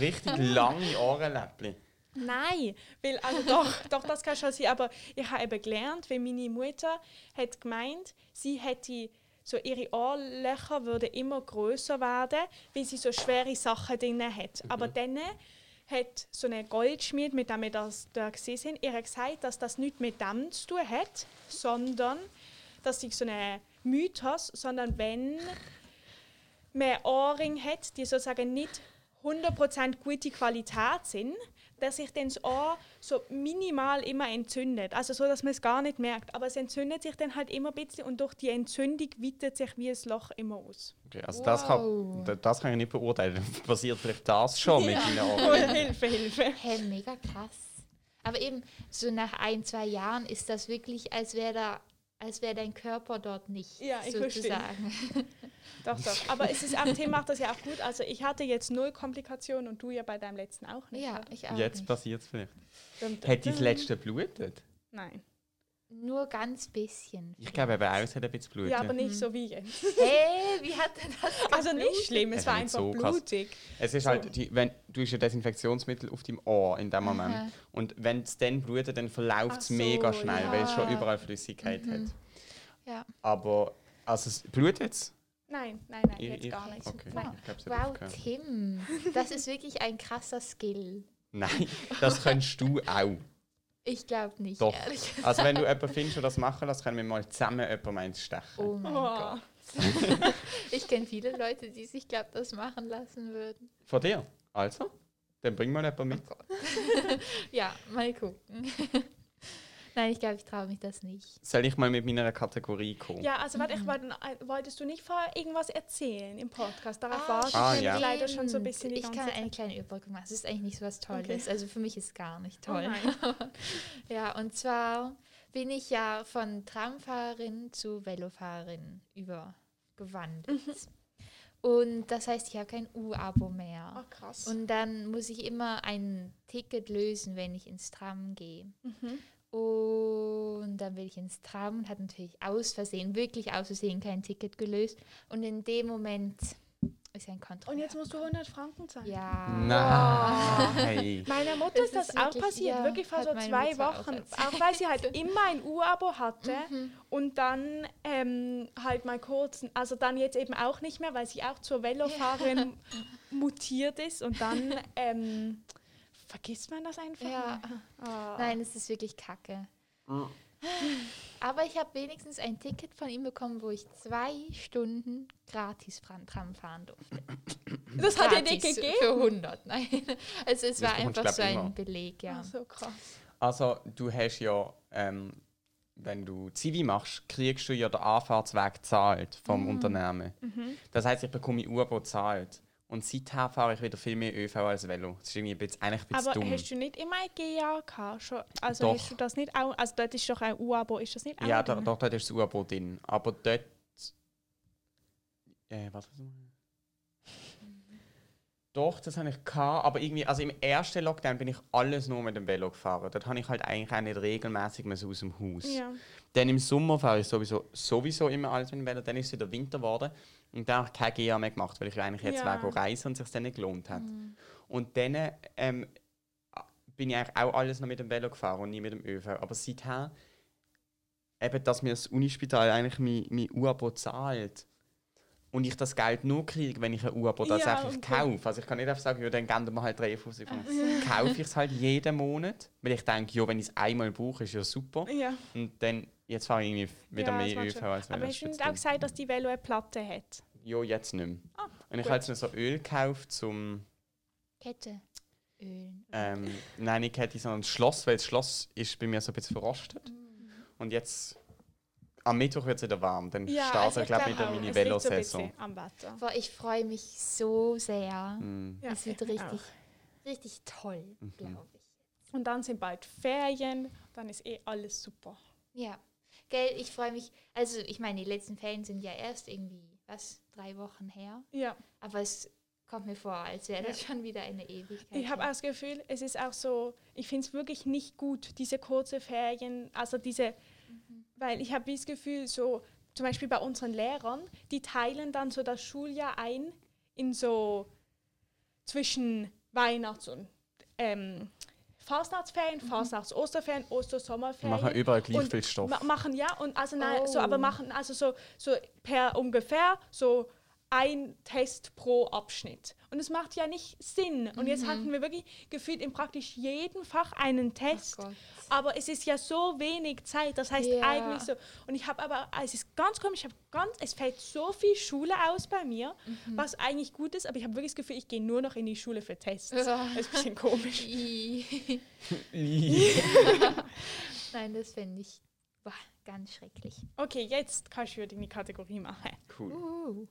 [SPEAKER 2] richtig lange Ohrenläppchen.
[SPEAKER 1] Nein, weil also doch, doch das kann schon sein, aber ich habe eben gelernt, weil meine Mutter hat gemeint, sie hätte so ihre Ohrlöcher würden immer größer werden, weil sie so schwere Sachen drin hat. Aber dann hat so eine Goldschmied, mit dem wir das da gesehen sind, ihr gesagt, dass das nichts mit dem zu tun hat, sondern dass sie so eine Mythos, sondern wenn man Ohrringe hat, die sozusagen nicht 100% gute Qualität sind, dass sich dann das Ohr so minimal immer entzündet. Also so, dass man es gar nicht merkt. Aber es entzündet sich dann halt immer ein bisschen und durch die Entzündung weitet sich wie ein Loch immer aus.
[SPEAKER 2] Okay, also das, kann,
[SPEAKER 3] Wow.
[SPEAKER 2] da- das kann ich nicht beurteilen. Passiert vielleicht das schon mit deinen
[SPEAKER 1] Oh,
[SPEAKER 2] Ohren.
[SPEAKER 1] Hilfe, Hilfe.
[SPEAKER 3] Hä, mega krass. Aber eben, so nach ein, zwei Jahren ist das wirklich, als wäre da, als wäre dein Körper dort nicht.
[SPEAKER 1] Ja, ich verstehe.
[SPEAKER 3] sozusagen.
[SPEAKER 1] Doch, doch. Aber es ist am Thema macht das ja auch gut. Also ich hatte jetzt null Komplikationen und du ja bei deinem letzten auch nicht.
[SPEAKER 3] Ja,
[SPEAKER 1] oder?
[SPEAKER 3] ich auch.
[SPEAKER 2] Jetzt
[SPEAKER 3] nicht.
[SPEAKER 2] passiert es vielleicht.
[SPEAKER 1] Dum, dum,
[SPEAKER 2] Hat dein
[SPEAKER 1] dum.
[SPEAKER 2] letzte blutet?
[SPEAKER 1] Nein.
[SPEAKER 3] Nur ganz bisschen.
[SPEAKER 2] Ich glaube, eben auch, es hat ein bisschen blutet.
[SPEAKER 1] Ja, aber nicht so wie jetzt.
[SPEAKER 3] Hey, wie hat denn das
[SPEAKER 1] Also nicht schlimm,
[SPEAKER 2] Es
[SPEAKER 1] es war
[SPEAKER 2] war nicht
[SPEAKER 1] einfach
[SPEAKER 2] so krass.
[SPEAKER 1] blutig.
[SPEAKER 2] Es ist halt, die, wenn, du hast ja Desinfektionsmittel auf deinem Ohr in dem Moment.
[SPEAKER 3] Aha.
[SPEAKER 2] Und wenn es dann blutet, dann verläuft
[SPEAKER 1] Ach
[SPEAKER 2] es
[SPEAKER 1] so,
[SPEAKER 2] mega schnell, weil es schon
[SPEAKER 3] ja.
[SPEAKER 2] überall Flüssigkeit hat.
[SPEAKER 3] Ja.
[SPEAKER 2] Aber, also es blutet es?
[SPEAKER 1] Nein, nein, nein,
[SPEAKER 2] Ich-
[SPEAKER 1] jetzt
[SPEAKER 2] ich-
[SPEAKER 1] gar nicht.
[SPEAKER 2] Okay,
[SPEAKER 1] Nein.
[SPEAKER 2] ich glaube, es hat
[SPEAKER 3] Wow,
[SPEAKER 2] aufgehört.
[SPEAKER 3] Tim, das ist wirklich ein krasser Skill.
[SPEAKER 2] Nein, das könntest du auch.
[SPEAKER 3] Ich glaube nicht,
[SPEAKER 2] Doch.
[SPEAKER 3] ehrlich.
[SPEAKER 2] Also wenn du jemanden findest, der das machen lässt, können wir mal zusammen jemanden meins stechen.
[SPEAKER 3] Oh mein
[SPEAKER 1] Oh.
[SPEAKER 3] Gott. Ich kenne viele Leute, die sich, glaube das machen lassen würden.
[SPEAKER 2] Von dir? Also? Dann bring mal jemanden mit.
[SPEAKER 3] Ja, mal gucken. Nein, ich glaube, ich traue mich das nicht.
[SPEAKER 2] Soll ich mal mit meiner Kategorie kommen?
[SPEAKER 1] Ja, also
[SPEAKER 3] Mhm.
[SPEAKER 1] warte, ich wollte, noch- äh, wolltest du nicht vorher irgendwas erzählen im Podcast? Darauf
[SPEAKER 3] Ah,
[SPEAKER 1] warte ich
[SPEAKER 2] Ah,
[SPEAKER 1] nämlich
[SPEAKER 2] ja.
[SPEAKER 1] leider schon so ein bisschen die
[SPEAKER 3] Ich
[SPEAKER 1] ganze
[SPEAKER 3] kann
[SPEAKER 1] Zeit.
[SPEAKER 3] eine kleine Überbrückung machen. Es ist eigentlich nicht so was Tolles.
[SPEAKER 1] Okay.
[SPEAKER 3] Also für mich ist gar nicht
[SPEAKER 1] Oh
[SPEAKER 3] toll.
[SPEAKER 1] nein.
[SPEAKER 3] ja, und zwar bin ich ja
[SPEAKER 1] Mhm.
[SPEAKER 3] von Tramfahrerin zu Velofahrerin übergewandelt. Und das heißt, ich habe kein U-Abo mehr.
[SPEAKER 1] Ah, krass.
[SPEAKER 3] Und dann muss ich immer ein Ticket lösen, wenn ich ins Tram gehe.
[SPEAKER 1] Mhm.
[SPEAKER 3] Und dann will ich ins Tram und hat natürlich aus Versehen, wirklich aus Versehen kein Ticket gelöst. Und in dem Moment ist ein Kontrolleur.
[SPEAKER 1] Und jetzt musst du 100 Franken zahlen.
[SPEAKER 3] Ja.
[SPEAKER 2] Nein.
[SPEAKER 1] Meiner Mutter ist das
[SPEAKER 3] Das ist
[SPEAKER 1] auch
[SPEAKER 3] wirklich-
[SPEAKER 1] passiert,
[SPEAKER 3] ja,
[SPEAKER 1] wirklich vor
[SPEAKER 3] hat
[SPEAKER 1] so
[SPEAKER 3] meine
[SPEAKER 1] zwei
[SPEAKER 3] Mutter auch
[SPEAKER 1] Wochen.
[SPEAKER 3] erzählt. Mhm.
[SPEAKER 1] Auch weil sie halt immer ein U-Abo hatte und dann ähm, halt mal kurz, also dann jetzt eben auch nicht mehr, weil sie auch zur Velofahrerin mutiert ist und dann ähm, vergisst man das einfach.
[SPEAKER 3] ja.
[SPEAKER 1] Ah.
[SPEAKER 3] Nein, es ist wirklich kacke. Aber ich habe wenigstens ein Ticket von ihm bekommen, wo ich zwei Stunden gratis Fran- Tram fahren durfte.
[SPEAKER 1] Das hat er dir
[SPEAKER 3] Gratis
[SPEAKER 1] gegeben.
[SPEAKER 3] Für 100, nein. Also es
[SPEAKER 2] Das
[SPEAKER 3] war
[SPEAKER 2] bekommt,
[SPEAKER 3] einfach
[SPEAKER 2] glaub,
[SPEAKER 3] so ein
[SPEAKER 2] immer.
[SPEAKER 3] Beleg, ja.
[SPEAKER 1] Ah, so krass.
[SPEAKER 2] Also, du hast ja, ähm, wenn du Zivi machst, kriegst du ja den Anfahrtsweg gezahlt vom
[SPEAKER 1] Mm.
[SPEAKER 2] Unternehmen.
[SPEAKER 1] Mhm.
[SPEAKER 2] Das heißt, ich bekomme U-Abo gezahlt. Und seither fahre ich wieder viel mehr ÖV als Velo. Das ist irgendwie ein bisschen, eigentlich ein bisschen
[SPEAKER 1] Aber
[SPEAKER 2] dumm.
[SPEAKER 1] hast du nicht immer ein GA gehabt? Schon- Also hast
[SPEAKER 2] Doch.
[SPEAKER 1] du das nicht auch, also dort ist doch ein U-Abo, ist das nicht auch
[SPEAKER 2] ja, da,
[SPEAKER 1] drin?
[SPEAKER 2] doch, dort ist das U-Abo drin. Aber dort. Äh, was ist Doch, das habe ich gehabt, aber irgendwie, also im ersten Lockdown bin ich alles nur mit dem Velo gefahren. Dort habe ich halt eigentlich auch nicht regelmäßig mehr so aus dem Haus.
[SPEAKER 1] Ja.
[SPEAKER 2] Dann im Sommer fahre ich sowieso, sowieso immer alles mit dem Velo. Dann ist es wieder Winter geworden und dann habe ich kein GA mehr gemacht, weil ich ja eigentlich jetzt
[SPEAKER 1] Ja. Mhm.
[SPEAKER 2] ja. wegen reisen und sich dann nicht gelohnt hat. Und dann ähm, bin ich eigentlich auch alles noch mit dem Velo gefahren und nie mit dem ÖV. Aber seither, eben, dass mir das Unispital eigentlich mein, mein U-Abo zahlt und ich das Geld nur kriege, wenn ich ein U-Abo
[SPEAKER 1] Ja,
[SPEAKER 2] tatsächlich
[SPEAKER 1] okay.
[SPEAKER 2] kaufe. Also ich kann nicht einfach sagen, ja, dann geben wir mir halt 53 Franken. Kaufe ich es halt jeden Monat, weil ich denke, ja, wenn ich es einmal brauche, ist ja super.
[SPEAKER 1] ja.
[SPEAKER 2] Und dann, jetzt fahre ich irgendwie wieder
[SPEAKER 1] ja, das
[SPEAKER 2] mehr
[SPEAKER 1] macht
[SPEAKER 2] ÖV
[SPEAKER 1] schon.
[SPEAKER 2] als wenn
[SPEAKER 1] Aber
[SPEAKER 2] das
[SPEAKER 1] hast du nicht
[SPEAKER 2] Spitz-
[SPEAKER 1] auch gesagt, dass die Velo eine Platte hat?
[SPEAKER 2] Ja, jetzt nicht mehr.
[SPEAKER 1] Ah,
[SPEAKER 2] und ich
[SPEAKER 1] gut.
[SPEAKER 2] habe jetzt noch so Öl gekauft zum,
[SPEAKER 3] Kette. Öl.
[SPEAKER 2] ähm, nein, nicht hätte ich, sondern das Schloss, weil das Schloss ist bei mir so ein bisschen verrostet.
[SPEAKER 1] Mhm.
[SPEAKER 2] Und jetzt, am Mittwoch wird es wieder warm, dann starte ich glaube also, ich
[SPEAKER 1] also
[SPEAKER 2] wieder
[SPEAKER 1] auch,
[SPEAKER 2] meine
[SPEAKER 1] es liegt so ein
[SPEAKER 2] Velosaison.
[SPEAKER 1] bisschen am Wetter.
[SPEAKER 3] Boah, ich freue mich so sehr.
[SPEAKER 2] Mm.
[SPEAKER 1] Ja,
[SPEAKER 3] es wird
[SPEAKER 1] ich
[SPEAKER 3] richtig,
[SPEAKER 1] auch.
[SPEAKER 3] richtig toll,
[SPEAKER 2] Mhm.
[SPEAKER 3] glaube ich.
[SPEAKER 1] Und dann sind bald Ferien, dann ist eh alles super.
[SPEAKER 3] Ja. Gell, ich freue mich. Also, ich meine, die letzten Ferien sind ja erst irgendwie, was, drei Wochen her.
[SPEAKER 1] Ja,
[SPEAKER 3] Aber es kommt mir vor, als wäre das schon wieder eine Ewigkeit.
[SPEAKER 1] ich habe auch
[SPEAKER 3] her.
[SPEAKER 1] das Gefühl, es ist auch so, ich finde es wirklich nicht gut, diese kurze Ferien, also diese, weil ich habe das Gefühl, so zum Beispiel bei unseren Lehrern, die teilen dann so das Schuljahr ein in so zwischen Weihnachts- und ähm, Fastnachtsferien, Fastnachts-Osterferien,
[SPEAKER 2] Wir
[SPEAKER 1] Oster-Sommerferien.
[SPEAKER 2] machen überall gleich
[SPEAKER 1] und
[SPEAKER 2] viel Stoff.
[SPEAKER 1] ma- Machen ja und also nein, so
[SPEAKER 3] Oh.
[SPEAKER 1] aber machen also so so per ungefähr so ein Test pro Abschnitt. Und es macht ja nicht Sinn. Und
[SPEAKER 3] Mhm.
[SPEAKER 1] jetzt hatten wir wirklich gefühlt in praktisch jedem Fach einen Test.
[SPEAKER 3] Gott.
[SPEAKER 1] aber es ist ja so wenig Zeit. Das heißt
[SPEAKER 3] Ja.
[SPEAKER 1] eigentlich so. Und ich habe aber, es ist ganz komisch, ich habe ganz, es fällt so viel Schule aus bei mir,
[SPEAKER 3] Mhm.
[SPEAKER 1] was eigentlich gut ist, aber ich habe wirklich das Gefühl, ich gehe nur noch in die Schule für Tests.
[SPEAKER 3] Ja.
[SPEAKER 1] Das ist ein bisschen komisch.
[SPEAKER 3] I.
[SPEAKER 2] Ih.
[SPEAKER 3] Nein, das fände ich boah, ganz schrecklich.
[SPEAKER 1] Okay, jetzt kannst du wieder in die Kategorie machen.
[SPEAKER 2] cool.
[SPEAKER 3] Uh.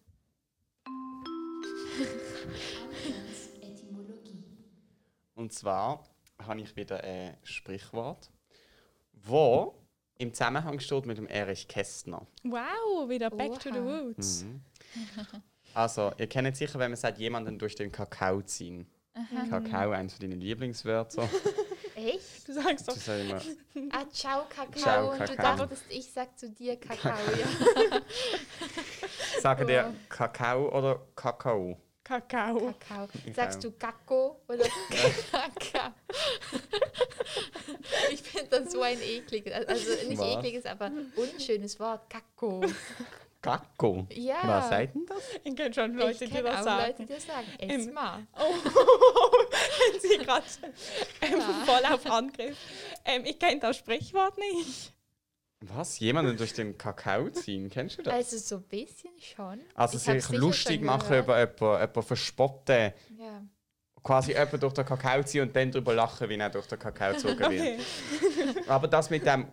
[SPEAKER 2] Und zwar habe ich wieder ein Sprichwort, wo im Zusammenhang steht mit dem Erich Kästner.
[SPEAKER 1] Wow, wieder back to the
[SPEAKER 3] Oha.
[SPEAKER 1] roots.
[SPEAKER 2] Also, ihr kennt sicher, wenn man sagt, jemanden durch den Kakao ziehen.
[SPEAKER 3] Mhm.
[SPEAKER 2] Kakao, eins deiner Lieblingswörter.
[SPEAKER 3] Echt?
[SPEAKER 1] Du sagst
[SPEAKER 2] Du
[SPEAKER 1] doch,
[SPEAKER 2] sagst immer,
[SPEAKER 3] Ah, ciao, Kakao.
[SPEAKER 2] Ciao,
[SPEAKER 3] Und du
[SPEAKER 2] Kakao.
[SPEAKER 3] dachtest, ich sag zu dir Kakao. Ja.
[SPEAKER 2] sagen dir Kakao oder Kakao?
[SPEAKER 1] Kakao.
[SPEAKER 3] Kakao. Sagst du Kakao oder Kakao? Ich finde das so ein ekliges, also nicht
[SPEAKER 2] Was?
[SPEAKER 3] ekliges, aber unschönes Wort, Kakao.
[SPEAKER 2] Kakao?
[SPEAKER 3] Ja.
[SPEAKER 2] Was sagt denn das?
[SPEAKER 1] Ich kenne schon Leute,
[SPEAKER 3] ich
[SPEAKER 1] die
[SPEAKER 3] kenn
[SPEAKER 1] das
[SPEAKER 3] auch
[SPEAKER 1] sagen.
[SPEAKER 3] Leute, die das sagen. Esma.
[SPEAKER 1] Oh, wenn sie gerade ähm, voll auf Angriff. Ähm, ich kenne das Sprichwort nicht.
[SPEAKER 2] Was? Jemanden durch den Kakao ziehen? Kennst du das?
[SPEAKER 3] Also so ein bisschen schon.
[SPEAKER 2] Also,
[SPEAKER 3] Ich hab's
[SPEAKER 2] sich
[SPEAKER 3] sicher
[SPEAKER 2] lustig
[SPEAKER 3] schon
[SPEAKER 2] machen
[SPEAKER 3] gehört.
[SPEAKER 2] über jemanden, jemanden verspotten.
[SPEAKER 3] Ja.
[SPEAKER 2] Quasi jemanden durch den Kakao ziehen und dann darüber lachen, wie er durch den Kakao gezogen wird.
[SPEAKER 1] Okay.
[SPEAKER 2] Aber das mit dem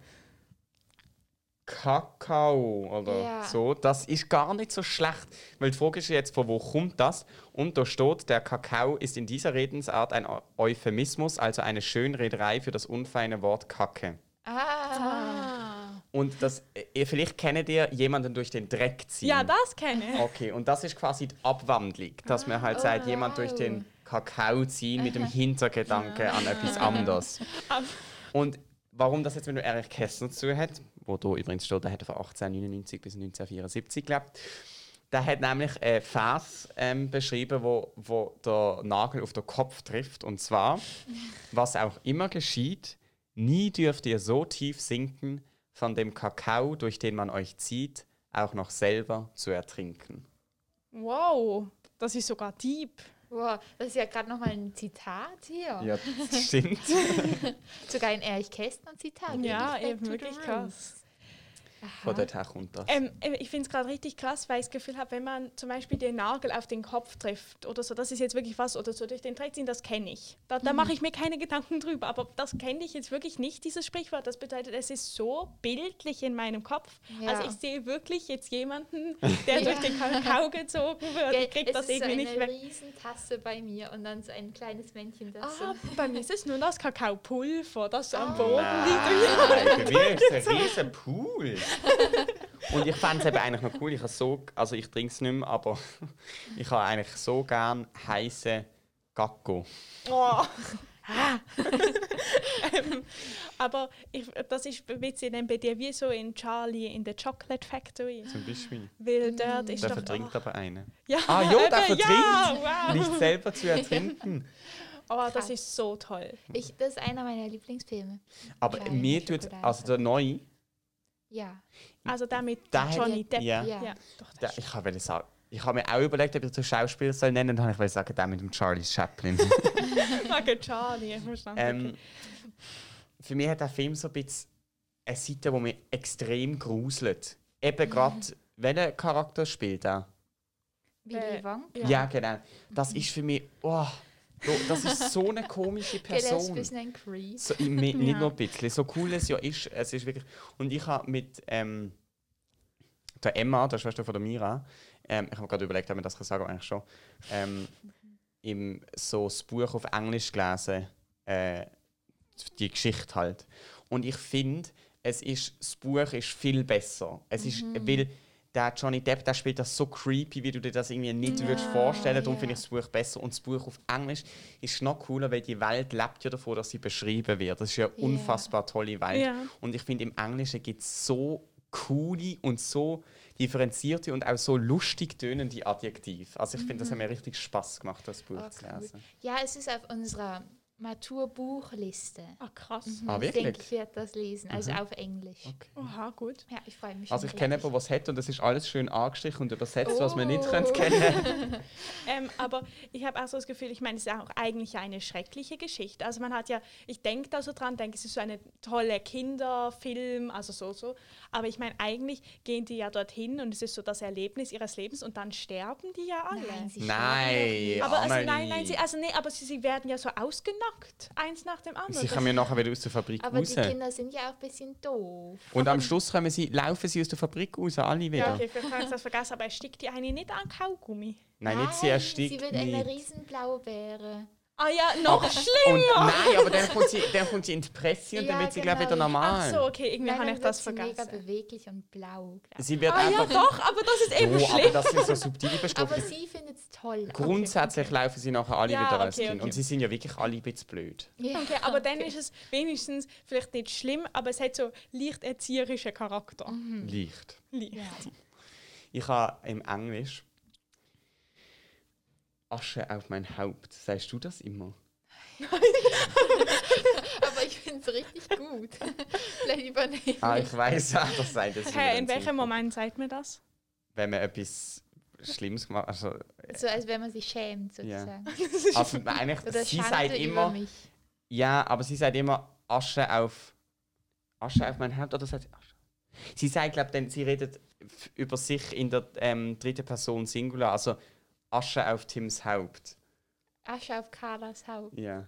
[SPEAKER 2] Kakao oder
[SPEAKER 3] Ja.
[SPEAKER 2] so, das ist gar nicht so schlecht. Weil die Frage ist jetzt, von wo kommt das? Und da steht, der Kakao ist in dieser Redensart ein Eu- Euphemismus, also eine Schönrederei für das unfeine Wort Kacke.
[SPEAKER 3] Ah.
[SPEAKER 2] Und das, äh, vielleicht kennt ihr jemanden durch den Dreck ziehen.
[SPEAKER 1] Ja, das kenne ich.
[SPEAKER 2] Okay, und das ist quasi die Abwandlung, dass man halt sagt, jemand durch den Kakao ziehen mit dem Hintergedanke an etwas anderes.
[SPEAKER 1] Aber-
[SPEAKER 2] Und warum das jetzt mit dem Erich Kästner zu hat, wo da übrigens steht, der hat von 1899 bis 1974 gelebt, der hat nämlich einen Vers ähm, beschrieben, wo, wo der Nagel auf den Kopf trifft. Und zwar, was auch immer geschieht, nie dürft ihr so tief sinken, von dem Kakao, durch den man euch zieht, auch noch selber zu ertrinken.
[SPEAKER 1] Wow, das ist sogar deep.
[SPEAKER 3] Wow, das ist ja gerade nochmal ein Zitat hier.
[SPEAKER 2] Ja, das stimmt.
[SPEAKER 3] Sogar ein Erich Kästner-Zitat.
[SPEAKER 1] Ja,
[SPEAKER 3] Back
[SPEAKER 1] eben
[SPEAKER 3] to the
[SPEAKER 1] wirklich
[SPEAKER 3] roots.
[SPEAKER 1] krass.
[SPEAKER 2] Von dort her kommt das.
[SPEAKER 1] Ähm, äh, ich finde es gerade richtig krass, weil ich das Gefühl habe, wenn man zum Beispiel den Nagel auf den Kopf trifft oder so, das ist jetzt wirklich was, oder so durch den Dreck ziehen, das kenne ich. Da,
[SPEAKER 3] Mhm.
[SPEAKER 1] da mache ich mir keine Gedanken drüber, aber das kenne ich jetzt wirklich nicht, dieses Sprichwort. Das bedeutet, es ist so bildlich in meinem Kopf.
[SPEAKER 3] Ja.
[SPEAKER 1] Also ich sehe wirklich jetzt jemanden, der durch den Kakao gezogen wird.
[SPEAKER 3] Ja,
[SPEAKER 1] Ich kriege
[SPEAKER 3] es
[SPEAKER 1] das
[SPEAKER 3] ist so
[SPEAKER 1] irgendwie
[SPEAKER 3] eine
[SPEAKER 1] nicht weg.
[SPEAKER 3] Riesentasse bei mir und dann so ein kleines Männchen da so.
[SPEAKER 1] Ah, bei mir ist es nur das Kakaopulver, das
[SPEAKER 3] Ah.
[SPEAKER 1] am Boden liegt.
[SPEAKER 2] Nein, wirklich, es ist ein riesen Pool. Und ich fände es eben eigentlich noch cool. Ich, habe so, also ich trinke es nicht mehr, aber ich habe eigentlich so gern heiße Gacko.
[SPEAKER 1] Oh. ähm, aber ich, das ist witzig, denn bei dir wie so in Charlie in der Chocolate Factory.
[SPEAKER 2] Zum Beispiel.
[SPEAKER 1] Weil dort ist
[SPEAKER 2] Der
[SPEAKER 1] doch... Ah.
[SPEAKER 2] vertrinkt aber einen.
[SPEAKER 1] ja,
[SPEAKER 2] Ah ja, der
[SPEAKER 1] eben, Ja,
[SPEAKER 2] vertrinkt.
[SPEAKER 1] wow.
[SPEAKER 2] Nicht selber zu ertrinken.
[SPEAKER 1] Oh, das
[SPEAKER 3] Krass.
[SPEAKER 1] ist so toll.
[SPEAKER 3] Ich, das ist einer meiner Lieblingsfilme.
[SPEAKER 2] Aber
[SPEAKER 3] Kleine
[SPEAKER 2] mir tut,
[SPEAKER 3] Schokolade.
[SPEAKER 2] also der neue,
[SPEAKER 3] Ja.
[SPEAKER 1] Also damit
[SPEAKER 2] Der hat-
[SPEAKER 1] Johnny Depp.
[SPEAKER 2] ja.
[SPEAKER 1] Ja.
[SPEAKER 3] Ja.
[SPEAKER 1] doch, das
[SPEAKER 2] der, ich habe wollte sagen, ich habe mir auch überlegt, ob ich den Schauspieler soll nennen soll. Dann habe ich wollte sagen, der mit dem Charlie Chaplin.
[SPEAKER 1] ich mag Ah, Charlie. Ich muss noch-
[SPEAKER 2] Ähm, für mich hat der Film so ein bisschen eine Seite, die mich extrem gruselt. Eben gerade, welcher Charakter spielt er?
[SPEAKER 3] Willy Wong.
[SPEAKER 2] Ja. genau. Das ist für mich, oh, so- das ist so eine komische
[SPEAKER 3] Der ist ein
[SPEAKER 2] Person.
[SPEAKER 3] bisschen ein Cree.
[SPEAKER 2] So, ich, mi- nicht nur ein bisschen. So cool es ja ist, es ist wirklich. Und ich habe mit ähm, der Emma, der Schwester von der Mira, ähm, ich habe gerade überlegt, ob man das kann sagen eigentlich schon, ähm, im, so das Buch auf Englisch gelesen, äh, die Geschichte halt. Und ich finde, es ist, das Buch ist viel besser. Es ist,
[SPEAKER 3] Mhm.
[SPEAKER 2] weil der Johnny Depp, der spielt das so creepy, wie du dir das irgendwie nicht würdest vorstellen. Darum
[SPEAKER 3] ja.
[SPEAKER 2] finde ich das Buch besser. Und das Buch auf Englisch ist noch cooler, weil die Welt lebt ja davon, dass sie beschrieben wird. Das ist ja eine
[SPEAKER 3] Ja.
[SPEAKER 2] unfassbar tolle Welt.
[SPEAKER 1] Ja.
[SPEAKER 2] Und ich finde, im Englischen gibt es so coole und so differenzierte und auch so lustig tönende Adjektive. Also ich finde, das hat mir richtig Spaß gemacht, das Buch
[SPEAKER 3] Oh,
[SPEAKER 2] zu
[SPEAKER 3] cool.
[SPEAKER 2] lesen.
[SPEAKER 3] Ja, es ist auf unserer Maturbuchliste.
[SPEAKER 1] Ah, krass.
[SPEAKER 2] Ah,
[SPEAKER 3] Ich Mhm. denke,
[SPEAKER 2] wirklich? Mhm.
[SPEAKER 3] ich werde das lesen, also auf Englisch.
[SPEAKER 1] Oha, gut.
[SPEAKER 3] Ja, ich freue mich
[SPEAKER 2] Also ich
[SPEAKER 3] schon
[SPEAKER 2] kenne
[SPEAKER 3] richtig.
[SPEAKER 2] jemanden, was hat und das ist alles schön angestrichen und übersetzt, was man nicht
[SPEAKER 3] Oh.
[SPEAKER 2] könnte kennen.
[SPEAKER 1] Ähm, aber ich habe auch so das Gefühl, ich meine, es ist auch eigentlich eine schreckliche Geschichte. Also man hat ja, ich denke da so dran, denke, es ist so eine tolle Kinderfilm, also so, so. Aber ich meine, eigentlich gehen die ja dorthin und es ist so das Erlebnis ihres Lebens und dann sterben die ja alle.
[SPEAKER 3] Nein, sie
[SPEAKER 2] Nein,
[SPEAKER 1] aber also, nein,
[SPEAKER 2] Amelie.
[SPEAKER 1] nein, sie, also nee, aber sie, sie werden ja so ausgenockt, eins nach dem anderen.
[SPEAKER 2] Sie kommen ja nachher wieder aus der Fabrik
[SPEAKER 3] Aber
[SPEAKER 2] raus.
[SPEAKER 3] die Kinder sind ja auch ein bisschen doof.
[SPEAKER 2] Und am Schluss kommen sie, laufen sie aus der Fabrik raus, alle wieder.
[SPEAKER 1] ja, okay, vielleicht habe ich das vergessen, aber erstickt die eine nicht an Kaugummi.
[SPEAKER 2] Nein, nicht sie
[SPEAKER 3] Sie
[SPEAKER 2] erstickt
[SPEAKER 3] wird eine
[SPEAKER 2] nicht.
[SPEAKER 3] riesen Blaubeere.
[SPEAKER 1] Ah ja, noch
[SPEAKER 2] Und
[SPEAKER 1] schlimmer!
[SPEAKER 2] nein, aber dann kommt sie, dann kommt sie in die Presse und
[SPEAKER 3] Ja,
[SPEAKER 2] dann wird sie glaub
[SPEAKER 3] genau.
[SPEAKER 2] wieder normal.
[SPEAKER 1] Ach so, okay, irgendwie
[SPEAKER 3] Nein,
[SPEAKER 1] habe
[SPEAKER 3] dann
[SPEAKER 1] ich das
[SPEAKER 3] wird sie mega
[SPEAKER 1] vergessen.
[SPEAKER 3] beweglich und blau. glaub ich.
[SPEAKER 2] Sie wird
[SPEAKER 1] Ah ja,
[SPEAKER 2] einfach.
[SPEAKER 1] doch, aber das ist eben
[SPEAKER 2] oh, aber
[SPEAKER 1] schlimm.
[SPEAKER 2] das sind so subtile
[SPEAKER 3] Aber
[SPEAKER 2] Bestrafungen.
[SPEAKER 3] sie findet es toll.
[SPEAKER 2] Grundsätzlich laufen sie nachher alle
[SPEAKER 1] Ja,
[SPEAKER 2] wieder als
[SPEAKER 1] okay,
[SPEAKER 2] Kind.
[SPEAKER 1] okay.
[SPEAKER 2] Und sie sind ja wirklich alle ein bisschen blöd.
[SPEAKER 3] Ja.
[SPEAKER 1] Okay, aber dann ist es wenigstens vielleicht nicht schlimm, aber es hat so leicht erzieherischen Charakter.
[SPEAKER 2] Leicht.
[SPEAKER 1] Leicht.
[SPEAKER 3] Ja.
[SPEAKER 2] Ich habe im Englisch Asche auf mein Haupt. Sagst du das immer?
[SPEAKER 3] Aber ich finde es richtig gut. Vielleicht übernehmen.
[SPEAKER 2] Ah, ich weiß, das sei das. ist mir
[SPEAKER 1] Hä,
[SPEAKER 2] dann
[SPEAKER 1] in welchem
[SPEAKER 2] Sinn.
[SPEAKER 1] Moment sagt mir das?
[SPEAKER 2] Wenn man etwas Schlimmes gemacht also,
[SPEAKER 3] So als wenn man sich schämt, sozusagen.
[SPEAKER 2] also eigentlich,
[SPEAKER 3] Oder
[SPEAKER 2] sie
[SPEAKER 3] Schande
[SPEAKER 2] sagt
[SPEAKER 3] über
[SPEAKER 2] immer,
[SPEAKER 3] mich.
[SPEAKER 2] Ja, aber sie sagt immer Asche auf. Asche auf mein Haupt oder sagt sie Asche? Sie sagt, glaube denn sie redet f- über sich in der ähm, dritten Person Singular, also Asche auf Tims Haupt.
[SPEAKER 3] Asche auf Carlas Haupt.
[SPEAKER 2] Ja.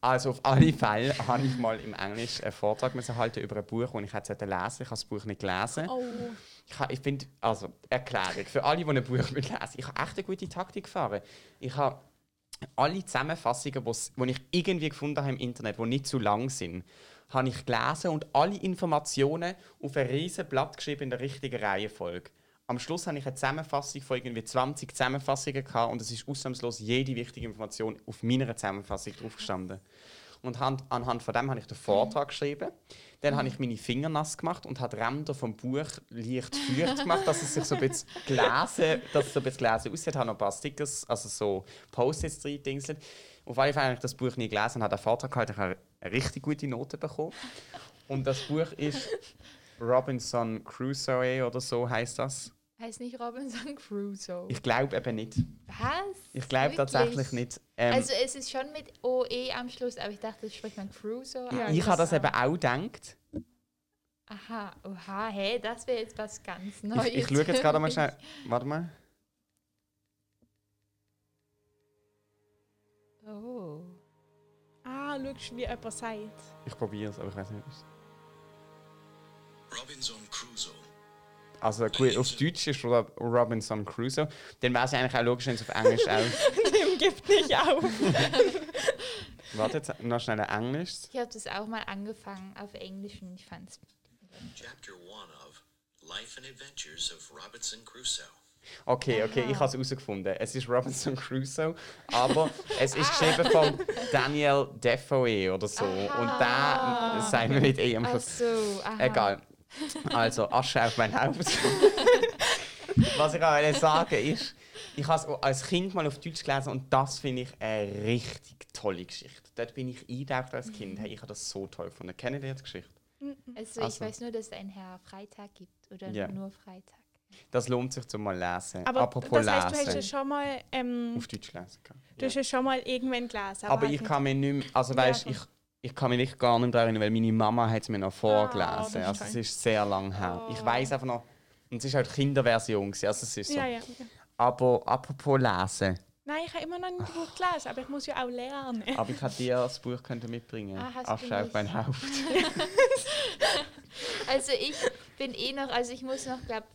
[SPEAKER 2] Also auf alle Fälle habe ich mal im Englisch einen Vortrag müssen halten über ein Buch und ich hätte es lesen. sollen. Ich habe das Buch nicht gelesen.
[SPEAKER 1] Oh.
[SPEAKER 2] Ich, ha- ich finde, also Erklärung für alle, die ein Buch lesen müssen. Ich habe echt eine gute Taktik gefahren. Ich habe alle Zusammenfassungen, die ich irgendwie gefunden habe im Internet, die nicht zu lang sind, habe ich gelesen und alle Informationen auf ein riesen Blatt geschrieben in der richtigen Reihenfolge. Am Schluss hatte ich eine Zusammenfassung von irgendwie 20 Zusammenfassungen gehabt und es ist ausnahmslos jede wichtige Information auf meiner Zusammenfassung draufgestanden. Und hand, anhand von dem habe ich den Vortrag geschrieben. Dann habe ich meine Finger nass gemacht und habe die Ränder vom Buch leicht feucht gemacht, dass es sich so ein bisschen gelesen, dass es so ein bisschen gelesen aussieht. Ich habe noch ein paar Stickers, also so Post-its reingedingselt. Auf jeden Fall habe ich das Buch nie gelesen und habe den Vortrag gehalten. Ich habe eine richtig gute Note bekommen. Und das Buch ist Robinson Crusoe oder so heißt das.
[SPEAKER 3] Heißt nicht Robinson Crusoe.
[SPEAKER 2] Ich glaube eben nicht.
[SPEAKER 3] Was?
[SPEAKER 2] Ich glaube
[SPEAKER 3] Wirklich?
[SPEAKER 2] tatsächlich nicht. Ähm,
[SPEAKER 3] Also es ist schon mit OE am Schluss, aber ich dachte, das spricht man Crusoe.
[SPEAKER 1] Ja,
[SPEAKER 3] aus.
[SPEAKER 2] ich habe das eben auch gedacht.
[SPEAKER 3] Aha, oha, hey, das wäre jetzt was ganz Neues.
[SPEAKER 2] Ich, ich schaue jetzt gerade mal
[SPEAKER 3] für mich.
[SPEAKER 2] schnell. Warte mal.
[SPEAKER 3] Oh.
[SPEAKER 1] Ah, schaust, wie jemand sagt.
[SPEAKER 2] Ich probiere es, aber ich weiß nicht. ob's-
[SPEAKER 6] Robinson Crusoe.
[SPEAKER 2] Also gut, auf Deutsch ist Ro- Robinson Crusoe. Dann wäre es eigentlich auch logisch, wenn es auf Englisch auch.
[SPEAKER 1] Dem gibt nicht auf.
[SPEAKER 2] Warte jetzt, noch schnell ein Englisch.
[SPEAKER 3] Ich habe das auch mal angefangen auf Englisch und ich fand's.
[SPEAKER 6] Chapter 1 of Life and Adventures of Robinson Crusoe.
[SPEAKER 2] Okay, okay, ich habe es herausgefunden. Es ist Robinson Crusoe, aber es ist geschrieben von Daniel Defoe oder so. Und da sagen wir nicht eh am
[SPEAKER 3] Ach
[SPEAKER 2] Schluss.
[SPEAKER 3] so, aha.
[SPEAKER 2] Egal. Also, Asche auf mein Haupt. Was ich auch wollte sagen ist, ich habe es als Kind mal auf Deutsch gelesen und das finde ich eine richtig tolle Geschichte. Dort bin ich eingetaucht als
[SPEAKER 1] Mhm.
[SPEAKER 2] Kind. Hey, ich habe das so toll gefunden. Kennen ihr die Geschichte?
[SPEAKER 3] Also
[SPEAKER 2] Ach
[SPEAKER 3] ich
[SPEAKER 2] so.
[SPEAKER 3] weiß nur, dass es einen Herr Freitag gibt oder
[SPEAKER 2] Ja.
[SPEAKER 3] nur Freitag.
[SPEAKER 2] Das lohnt sich zum mal lesen.
[SPEAKER 1] Aber
[SPEAKER 2] Apropos
[SPEAKER 1] das heißt, du hast
[SPEAKER 2] lesen.
[SPEAKER 1] es schon mal, ähm,
[SPEAKER 2] auf Deutsch lesen kann.
[SPEAKER 1] du hast es schon mal irgendwann gelesen.
[SPEAKER 2] Aber
[SPEAKER 1] halt
[SPEAKER 2] ich
[SPEAKER 1] nicht-
[SPEAKER 2] kann mir nicht mehr, also weißt,
[SPEAKER 1] voll.
[SPEAKER 2] ich, ich kann mich nicht gar nicht mehr daran erinnern, weil meine Mama hat es mir noch
[SPEAKER 1] Ah, oh, das
[SPEAKER 2] vorgelesen.
[SPEAKER 1] ist
[SPEAKER 2] also es
[SPEAKER 1] fein.
[SPEAKER 2] ist sehr lang her. Ich weiß einfach noch, und es ist halt die Kinderversion gewesen, also es ist so.
[SPEAKER 1] Ja, ja. ja.
[SPEAKER 2] Aber apropos lesen,
[SPEAKER 1] Nein, ich habe immer noch nicht das
[SPEAKER 2] Ah.
[SPEAKER 1] Buch gelesen, aber ich muss ja auch lernen.
[SPEAKER 2] aber ich hätte dir das Buch könnte mitbringen.
[SPEAKER 3] Ah, hast du
[SPEAKER 2] Asche auf
[SPEAKER 3] nicht.
[SPEAKER 2] mein Haupt.
[SPEAKER 3] Also ich bin eh noch, also ich muss noch, glaube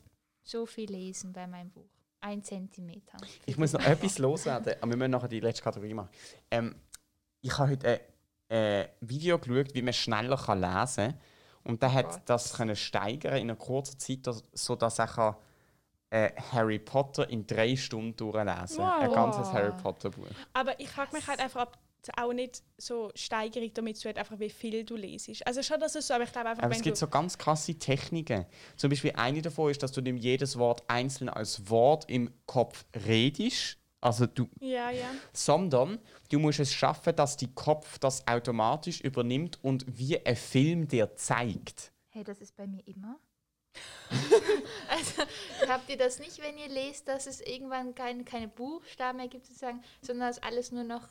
[SPEAKER 3] so viel lesen bei meinem Buch. Ein Zentimeter.
[SPEAKER 2] Ich muss noch etwas loswerden, aber wir müssen nachher die letzte Kategorie machen. Ähm, ich habe heute ein äh, Video geschaut, wie man schneller kann lesen kann. Und der hat
[SPEAKER 3] Gott.
[SPEAKER 2] das können steigern in einer kurzen Zeit, dass- sodass er kann, äh, Harry Potter in drei Stunden durchlesen kann. Ein
[SPEAKER 1] Wow.
[SPEAKER 2] ganzes Harry Potter Buch.
[SPEAKER 1] Aber ich frage mich halt einfach, ob es auch nicht so Steigerung damit zu hat, einfach wie viel du lesest. Also schon, dass es so, aber ich glaube einfach,
[SPEAKER 2] Aber
[SPEAKER 1] wenn
[SPEAKER 2] es gibt
[SPEAKER 1] du...
[SPEAKER 2] so ganz krasse Techniken. Zum Beispiel eine davon ist, dass du dem jedes Wort einzeln als Wort im Kopf redest. Also du
[SPEAKER 1] ja, ja.
[SPEAKER 2] sondern du musst es schaffen, dass die Kopf das automatisch übernimmt und wie ein Film dir zeigt.
[SPEAKER 3] Hey, das ist bei mir immer. also, habt ihr das nicht, wenn ihr lest, dass es irgendwann kein, keine Buchstaben mehr gibt, sozusagen, sondern dass alles nur noch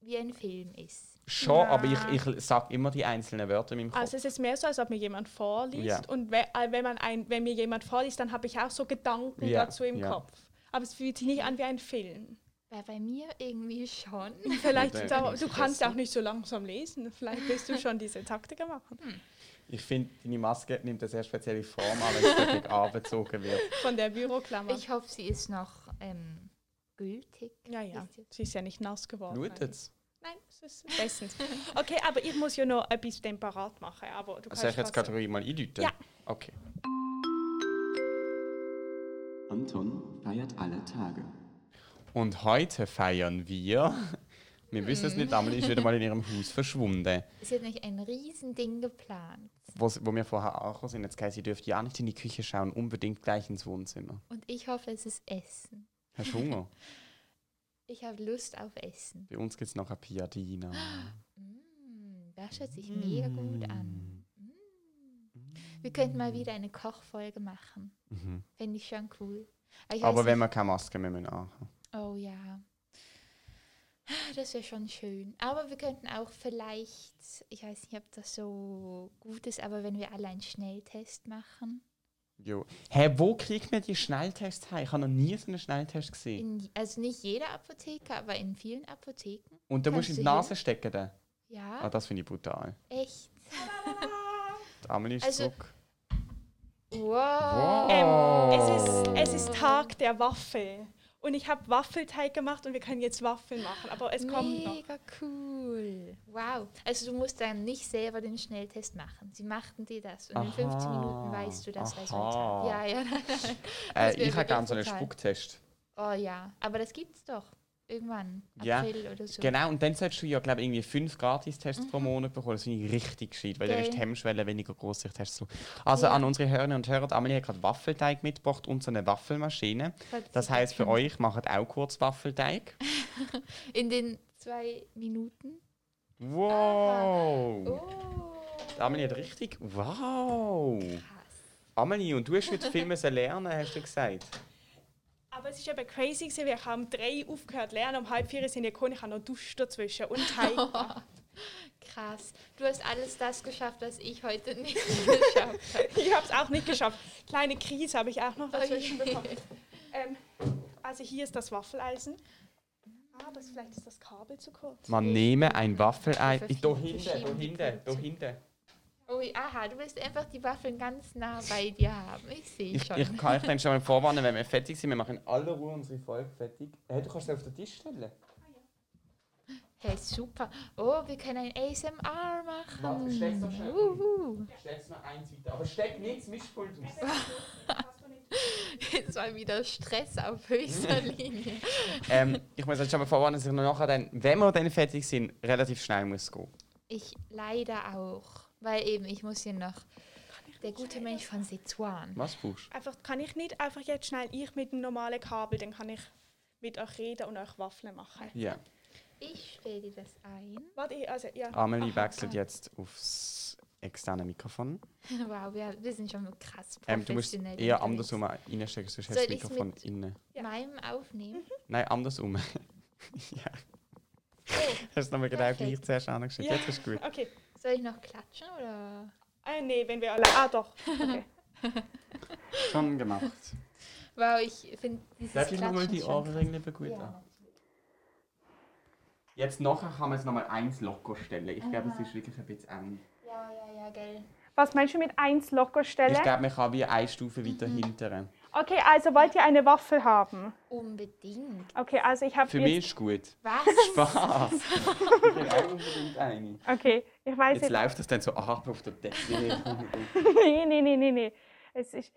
[SPEAKER 3] wie ein Film ist?
[SPEAKER 2] Schon, aber ich, ich sage immer die einzelnen Wörter in meinem Kopf.
[SPEAKER 1] Also es ist mehr so, als ob mir jemand vorliest.
[SPEAKER 2] Ja.
[SPEAKER 1] Und we äh, wenn, man ein, wenn mir jemand vorliest, dann habe ich auch so Gedanken
[SPEAKER 2] Ja,
[SPEAKER 1] dazu im
[SPEAKER 2] ja.
[SPEAKER 1] Kopf. Aber es fühlt sich nicht an wie ein Film.
[SPEAKER 3] Weil bei mir irgendwie schon.
[SPEAKER 1] Vielleicht,
[SPEAKER 2] Ja,
[SPEAKER 1] da,
[SPEAKER 2] das
[SPEAKER 1] du kannst ja auch nicht so langsam lesen. Vielleicht willst du schon diese Taktiker machen.
[SPEAKER 2] ich finde, deine Maske nimmt eine sehr spezielle Form an, wenn es wirklich angezogen wird.
[SPEAKER 1] Von der Büroklammer.
[SPEAKER 3] Ich hoffe, sie ist noch ähm, gültig.
[SPEAKER 1] ja, ja.
[SPEAKER 3] Ist sie-
[SPEAKER 1] Sie ist ja nicht nass geworden.
[SPEAKER 2] Blutet's?
[SPEAKER 1] Nein, es ist bestens. Okay, aber ich muss ja noch etwas dem parat machen. Aber du
[SPEAKER 2] Soll Also ich
[SPEAKER 1] kannst
[SPEAKER 2] jetzt die
[SPEAKER 1] trotzdem-
[SPEAKER 2] Kategorie mal einläuten?
[SPEAKER 1] Ja.
[SPEAKER 2] Okay.
[SPEAKER 7] Anton feiert alle Tage.
[SPEAKER 2] Und heute feiern wir. Wir wissen es nicht, Amelie ist wieder mal in ihrem Haus verschwunden.
[SPEAKER 3] Sie hat nämlich ein Riesending geplant.
[SPEAKER 2] Wo, sie- wo wir vorher angekommen sind, jetzt geheißen, sie dürft ja nicht in die Küche schauen, unbedingt gleich ins Wohnzimmer.
[SPEAKER 3] Und ich hoffe, es ist Essen.
[SPEAKER 2] Hast du Hunger?
[SPEAKER 3] Ich habe Lust auf Essen.
[SPEAKER 2] Bei uns gibt es noch eine Piadina.
[SPEAKER 3] Mm, Das hört sich mega gut an. Mm. Wir könnten mal wieder eine Kochfolge machen. Fände ich schon cool. Mhm. Aber, ich weiß
[SPEAKER 2] Aber wenn
[SPEAKER 3] nicht-
[SPEAKER 2] wir keine Maske mehr müssen anhaben.
[SPEAKER 3] Oh ja. Das wäre schon schön. Aber wir könnten auch vielleicht, ich weiß nicht, ob das so gut ist, aber wenn wir alle einen Schnelltest machen.
[SPEAKER 2] Jo. Hä, wo kriegt man die Schnelltests her? Ich habe noch nie so einen Schnelltest gesehen.
[SPEAKER 3] In, also nicht jeder Apotheke, aber in vielen Apotheken.
[SPEAKER 2] Und da musst
[SPEAKER 3] Kannst
[SPEAKER 2] du in die
[SPEAKER 3] du hin?
[SPEAKER 2] Nase stecken. dann. Ah,
[SPEAKER 3] Ja,
[SPEAKER 2] das finde ich brutal.
[SPEAKER 3] echt.
[SPEAKER 2] Die Amelie ist
[SPEAKER 3] Also-
[SPEAKER 2] zurück. Oh.
[SPEAKER 3] Wow.
[SPEAKER 1] Ähm, es, ist, es ist Tag der Waffe. und ich habe Waffelteig gemacht und wir können jetzt Waffeln machen. Aber es kommt noch.
[SPEAKER 3] Mega cool. Wow. Also du musst dann nicht selber den Schnelltest machen. Sie machten dir das. Und in 15
[SPEAKER 2] Aha.
[SPEAKER 3] Minuten weißt du das
[SPEAKER 2] Aha.
[SPEAKER 3] Resultat. Ja, ja, nein, nein. Das
[SPEAKER 2] Äh,
[SPEAKER 3] wär
[SPEAKER 2] ich habe gerne so einen
[SPEAKER 3] wirklich brutal.
[SPEAKER 2] Spucktest.
[SPEAKER 3] Oh ja, aber das gibt's doch. Irgendwann.
[SPEAKER 2] Ja,
[SPEAKER 3] April oder so.
[SPEAKER 2] Genau, und dann solltest du ja, glaube ich, irgendwie fünf Gratistests pro Monat bekommen. Das finde ich richtig gescheit, weil dann ist die
[SPEAKER 3] Mhm. Geil.
[SPEAKER 2] Hemmschwelle weniger groß, sich Tests zu Also
[SPEAKER 3] Ja.
[SPEAKER 2] an unsere Hörner und Hörer, die Amelie hat gerade Waffelteig mitgebracht und so eine Waffelmaschine.
[SPEAKER 3] Falls
[SPEAKER 2] Das
[SPEAKER 3] Sie
[SPEAKER 2] heisst, für
[SPEAKER 3] können.
[SPEAKER 2] euch macht auch kurz Waffelteig.
[SPEAKER 3] In den zwei Minuten.
[SPEAKER 2] Wow!
[SPEAKER 3] Oh.
[SPEAKER 2] Die Amelie hat richtig. Wow!
[SPEAKER 3] Krass.
[SPEAKER 2] Amelie, und du hast heute viel müssen lernen, hast du gesagt.
[SPEAKER 1] Aber es ist eben crazy, gewesen, wir haben um drei aufgehört zu lernen, um halb vier sind wir gekommen, ich habe noch Dusch dazwischen und Teig. gemacht.
[SPEAKER 3] Krass. Du hast alles das geschafft, was ich heute nicht geschafft habe.
[SPEAKER 1] ich habe es auch nicht geschafft. Kleine Krise habe ich auch noch dazwischen
[SPEAKER 3] Oh je.
[SPEAKER 1] bekommen. Ähm, also hier ist das Waffeleisen. Ah, das, vielleicht ist das Kabel zu kurz.
[SPEAKER 2] Man nehme ein Waffelei.
[SPEAKER 3] Ich
[SPEAKER 2] Da
[SPEAKER 3] hoffe,
[SPEAKER 2] hinten,
[SPEAKER 3] die
[SPEAKER 2] da
[SPEAKER 3] schieben die
[SPEAKER 2] hinten, da
[SPEAKER 3] Produktion.
[SPEAKER 2] hinten.
[SPEAKER 3] Oh, aha, du willst einfach die Waffeln ganz nah bei dir haben. Ich sehe
[SPEAKER 2] Ich,
[SPEAKER 3] schon.
[SPEAKER 2] ich kann euch dann schon mal vorwarnen, wenn wir fertig sind. Wir machen in aller Ruhe unsere Folge fertig. Hey, du kannst sie auf den Tisch stellen.
[SPEAKER 3] Hey, super. Oh, wir können ein ASMR machen.
[SPEAKER 2] Warte, steck's doch schnell.
[SPEAKER 3] Uhu.
[SPEAKER 2] Steck's noch eins weiter. Aber steck nichts Mischpult aus.
[SPEAKER 3] Jetzt war wieder Stress auf höchster Linie.
[SPEAKER 2] ähm, ich muss jetzt schon mal vorwarnen, dass ich noch nachher dann, wenn wir dann fertig sind, relativ schnell muss gehen.
[SPEAKER 3] Ich leider auch, weil eben ich muss hier noch der gute Mensch von Sichuan.
[SPEAKER 2] Was brauchst
[SPEAKER 1] Einfach kann ich nicht einfach jetzt schnell ich mit dem normalen Kabel, dann kann ich mit euch reden und euch Waffeln machen.
[SPEAKER 2] du? Ja.
[SPEAKER 3] Ich stelle dir das ein.
[SPEAKER 1] Warte, ich- also ja.
[SPEAKER 2] Amelie
[SPEAKER 3] Aha.
[SPEAKER 2] wechselt jetzt aufs externe Mikrofon.
[SPEAKER 3] Wow, wir, wir sind schon krass professionell.
[SPEAKER 2] Ähm, du musst eher
[SPEAKER 3] unterwegs.
[SPEAKER 2] andersrum reinstecken, sonst hast
[SPEAKER 3] Soll
[SPEAKER 2] du das
[SPEAKER 3] ich's
[SPEAKER 2] Mikrofon
[SPEAKER 3] mit- Oh.
[SPEAKER 2] innen.
[SPEAKER 3] Meinem aufnehmen.
[SPEAKER 2] Nein, andersrum. ja. Hast du nochmal genau
[SPEAKER 3] perfekt.
[SPEAKER 2] gleich zuerst angeschrieben?
[SPEAKER 1] Ja.
[SPEAKER 2] Jetzt ist gut.
[SPEAKER 1] Okay.
[SPEAKER 3] Mhm. Soll ich noch klatschen oder?
[SPEAKER 1] Ah, nee, wenn wir alle. Ah, doch. Okay.
[SPEAKER 2] Schon gemacht.
[SPEAKER 3] Wow, ich finde dieses
[SPEAKER 2] Darf
[SPEAKER 3] Klatschen
[SPEAKER 2] ich nochmal die
[SPEAKER 3] schon
[SPEAKER 2] Ohrringe gut an? Jetzt nachher kann man es nochmal eins locker stellen. Ich glaube, es ist wirklich ein bisschen eng.
[SPEAKER 3] krass. Ja, ja, ja, gell.
[SPEAKER 1] Was meinst du mit 1 locker stellen?
[SPEAKER 2] Ich glaube, man kann wie eine Stufe weiter hinteren.
[SPEAKER 1] Okay, also wollt ihr eine Waffel haben?
[SPEAKER 3] Unbedingt.
[SPEAKER 1] Okay, also ich habe
[SPEAKER 2] Für mich ist gut.
[SPEAKER 3] Was?
[SPEAKER 2] Spaß! ich will auch unbedingt eine.
[SPEAKER 1] Okay, ich weiß
[SPEAKER 2] Jetzt
[SPEAKER 1] jetzt.
[SPEAKER 2] läuft das dann so ab auf der Decke.
[SPEAKER 1] Nee, nee, nee, nee, nee. Es ist,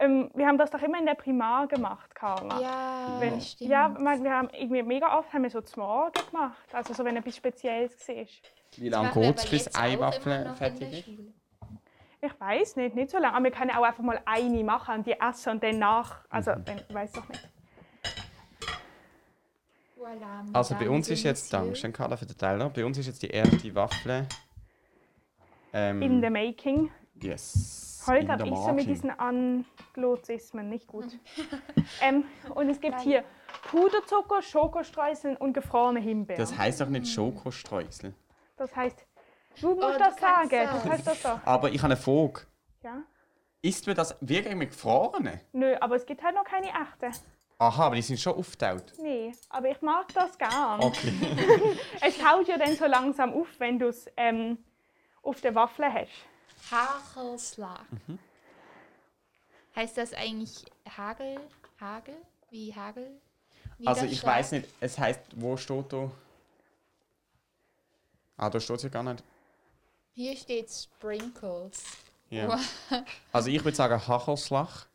[SPEAKER 1] ähm, wir haben das doch immer in der Primar gemacht, Carla.
[SPEAKER 3] Ja,
[SPEAKER 1] Wenn,
[SPEAKER 3] stimmt.
[SPEAKER 1] ja, man, wir haben irgendwie mega oft haben wir so zum Morgen gemacht. Also so, wenn etwas Spezielles war.
[SPEAKER 2] Wie lange
[SPEAKER 3] Machen wir
[SPEAKER 2] geht es,
[SPEAKER 3] aber
[SPEAKER 2] bis
[SPEAKER 3] jetzt
[SPEAKER 2] eine
[SPEAKER 3] auch immer noch
[SPEAKER 2] Waffel
[SPEAKER 3] in
[SPEAKER 2] fertig
[SPEAKER 3] der
[SPEAKER 2] ist?
[SPEAKER 3] Schule.
[SPEAKER 1] Ich weiß nicht, nicht so lange. Aber wir können auch einfach mal eine machen und die essen und dann nach. Also,
[SPEAKER 2] Mhm.
[SPEAKER 1] dann, ich weiß doch nicht.
[SPEAKER 3] Voilà,
[SPEAKER 2] Also bei
[SPEAKER 3] Madame
[SPEAKER 2] uns ist jetzt,
[SPEAKER 3] Monsieur.
[SPEAKER 2] Dankeschön Carla für den Teil noch, bei uns ist jetzt die erste Waffel. Ähm,
[SPEAKER 1] In the making.
[SPEAKER 2] yes. in
[SPEAKER 1] Heute habe
[SPEAKER 2] der
[SPEAKER 1] ich so mit
[SPEAKER 2] Marke.
[SPEAKER 1] diesen Anglozismen nicht gut.
[SPEAKER 3] Mhm.
[SPEAKER 1] ähm, und es gibt hier Puderzucker, Schokostreusel und gefrorene Himbeeren.
[SPEAKER 2] Das heißt doch nicht Schokostreusel.
[SPEAKER 1] Das heißt, du musst
[SPEAKER 3] Oh, du
[SPEAKER 1] das sagen.
[SPEAKER 3] kannst
[SPEAKER 1] Du
[SPEAKER 3] sagen.
[SPEAKER 1] kannst das sagen.
[SPEAKER 2] Aber ich habe eine Frage.
[SPEAKER 1] Ja?
[SPEAKER 2] Isst man das wirklich mit Gefrorenen?
[SPEAKER 1] Nö, aber es gibt halt noch keine echten.
[SPEAKER 2] Aha, aber die sind schon aufgetaucht.
[SPEAKER 1] Nee, aber ich mag das gern.
[SPEAKER 2] Okay.
[SPEAKER 1] Es haut ja dann so langsam auf, wenn du es ähm, auf der Waffel hast.
[SPEAKER 3] Hagelschlag.
[SPEAKER 2] Mhm.
[SPEAKER 3] Heißt das eigentlich Hagel? Hagel? Wie Hagel?
[SPEAKER 2] Also ich weiß nicht, es heißt, wo steht da? Ah, da steht es ja gar nicht.
[SPEAKER 3] Hier steht Sprinkles.
[SPEAKER 2] Ja. Also ich würde sagen, Hachelslach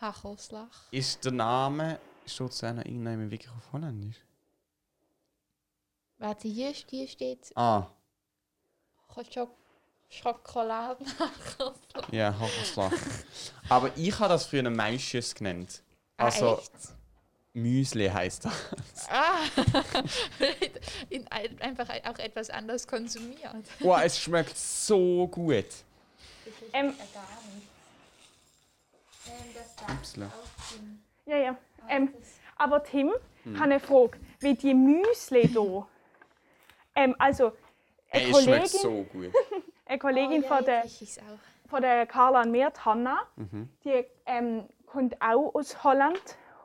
[SPEAKER 3] Hagelschlag.
[SPEAKER 2] ist der Name. Steht es auch noch irgendjemand wirklich auf Holländisch?
[SPEAKER 3] Warte, hier, hier steht
[SPEAKER 2] Ah,
[SPEAKER 3] Schok Schokoladen.
[SPEAKER 2] ja, Hachelslach. Aber ich habe das früher Maisches genannt. Also
[SPEAKER 3] Ah, echt?
[SPEAKER 2] Müsli heißt das.
[SPEAKER 3] Ah, in, ein- einfach auch etwas anders konsumiert.
[SPEAKER 2] Oh, es schmeckt so gut.
[SPEAKER 1] Ähm,
[SPEAKER 2] Upsla.
[SPEAKER 1] ja, ja. Ähm, aber Tim,
[SPEAKER 2] Hm.
[SPEAKER 1] ich habe eine Frage. Wie die Müsli hier. Ähm, also, eine
[SPEAKER 2] Ey, es
[SPEAKER 1] Kollegin,
[SPEAKER 2] schmeckt so gut.
[SPEAKER 1] eine Kollegin
[SPEAKER 3] Oh,
[SPEAKER 1] von der
[SPEAKER 3] Ich ich's auch.
[SPEAKER 1] von der Carla und mir, die Hanna,
[SPEAKER 2] Mhm.
[SPEAKER 1] die ähm, kommt auch aus Holland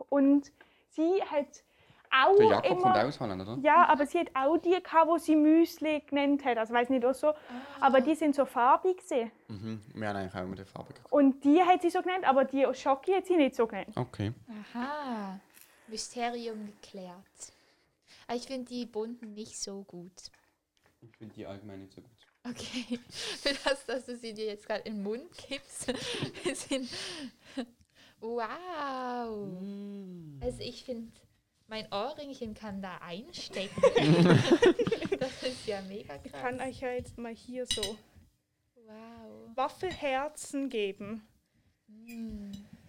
[SPEAKER 1] und sie hat auch
[SPEAKER 2] Der Jakob kommt
[SPEAKER 1] immer...
[SPEAKER 2] auch aus Holland, oder?
[SPEAKER 1] Ja, aber sie hat auch die, gehabt, die sie Müsli genannt hat. Also, ich weiß nicht, auch so. Aber die sind so farbig. Gewesen.
[SPEAKER 2] Mhm. Wir haben eigentlich auch immer die Farbe geguckt.
[SPEAKER 1] Und die hat sie so genannt, aber die aus Schoki hat sie nicht so genannt.
[SPEAKER 2] Okay.
[SPEAKER 3] Aha. Mysterium geklärt. Aber ich finde die bunten nicht so gut.
[SPEAKER 8] Ich finde die allgemein nicht so gut.
[SPEAKER 3] Okay. Für das, dass du sie dir jetzt gerade in den Mund kippst. sind wow. Also ich finde, mein Ohrringchen kann da einstecken. das ist ja mega
[SPEAKER 1] Ich kann
[SPEAKER 3] krass.
[SPEAKER 1] euch ja jetzt mal hier so
[SPEAKER 3] Wow. Oh,
[SPEAKER 1] Waffelherzen geben.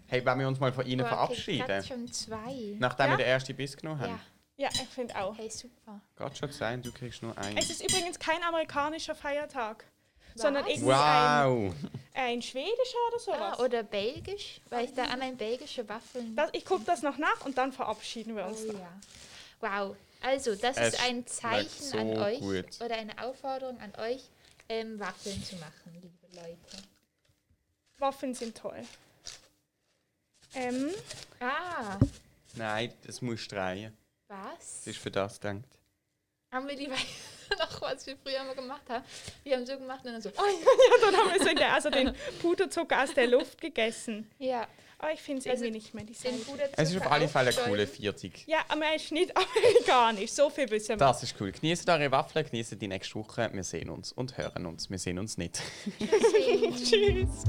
[SPEAKER 2] Hey, wollen wir uns mal von Ihnen
[SPEAKER 3] Boah, Okay,
[SPEAKER 2] verabschieden?
[SPEAKER 3] grad schon zwei.
[SPEAKER 2] Nachdem
[SPEAKER 1] Ja?
[SPEAKER 2] wir den ersten Biss genommen haben.
[SPEAKER 3] Ja.
[SPEAKER 1] Ja, ich finde auch.
[SPEAKER 3] Hey, super.
[SPEAKER 2] Gott schon sein, du kriegst nur einen.
[SPEAKER 1] Es ist übrigens kein amerikanischer Feiertag, sondern
[SPEAKER 3] Was?
[SPEAKER 1] irgendwie ein,
[SPEAKER 2] Wow!
[SPEAKER 1] ein schwedischer oder sowas.
[SPEAKER 3] Ah, oder belgisch, weil ich da an mein belgische Waffeln.
[SPEAKER 1] das, ich gucke das noch nach und dann verabschieden wir
[SPEAKER 3] Oh
[SPEAKER 1] uns.
[SPEAKER 3] ja. Wow. Also, das
[SPEAKER 2] Es
[SPEAKER 3] ist ein
[SPEAKER 2] schmeckt
[SPEAKER 3] Zeichen
[SPEAKER 2] so
[SPEAKER 3] an euch
[SPEAKER 2] gut.
[SPEAKER 3] oder eine Aufforderung an euch, ähm, Waffeln zu machen, liebe Leute.
[SPEAKER 1] Waffen sind toll. Ähm,
[SPEAKER 3] Ah,
[SPEAKER 2] Nein, das musst du drehen.
[SPEAKER 3] was?
[SPEAKER 2] Das ist für das gedacht.
[SPEAKER 3] Haben wir lieber noch was wir früher mal gemacht haben? Wir haben so gemacht und dann so.
[SPEAKER 1] ja, dann haben wir so in der, also den Puderzucker aus der Luft gegessen.
[SPEAKER 3] Ja,
[SPEAKER 1] Aber ich finde es
[SPEAKER 3] Also,
[SPEAKER 1] irgendwie nicht mehr die
[SPEAKER 3] den
[SPEAKER 1] Seite.
[SPEAKER 3] Bruder
[SPEAKER 2] Es ist auf alle Fälle eine coole 40.
[SPEAKER 1] Ja, aber er ist nicht amerikanisch. So viel wissen wir.
[SPEAKER 2] Das ist cool. Genießt eure Waffeln, genießt die nächste Woche. Wir sehen uns und hören uns. Wir sehen uns nicht.
[SPEAKER 1] Tschüss.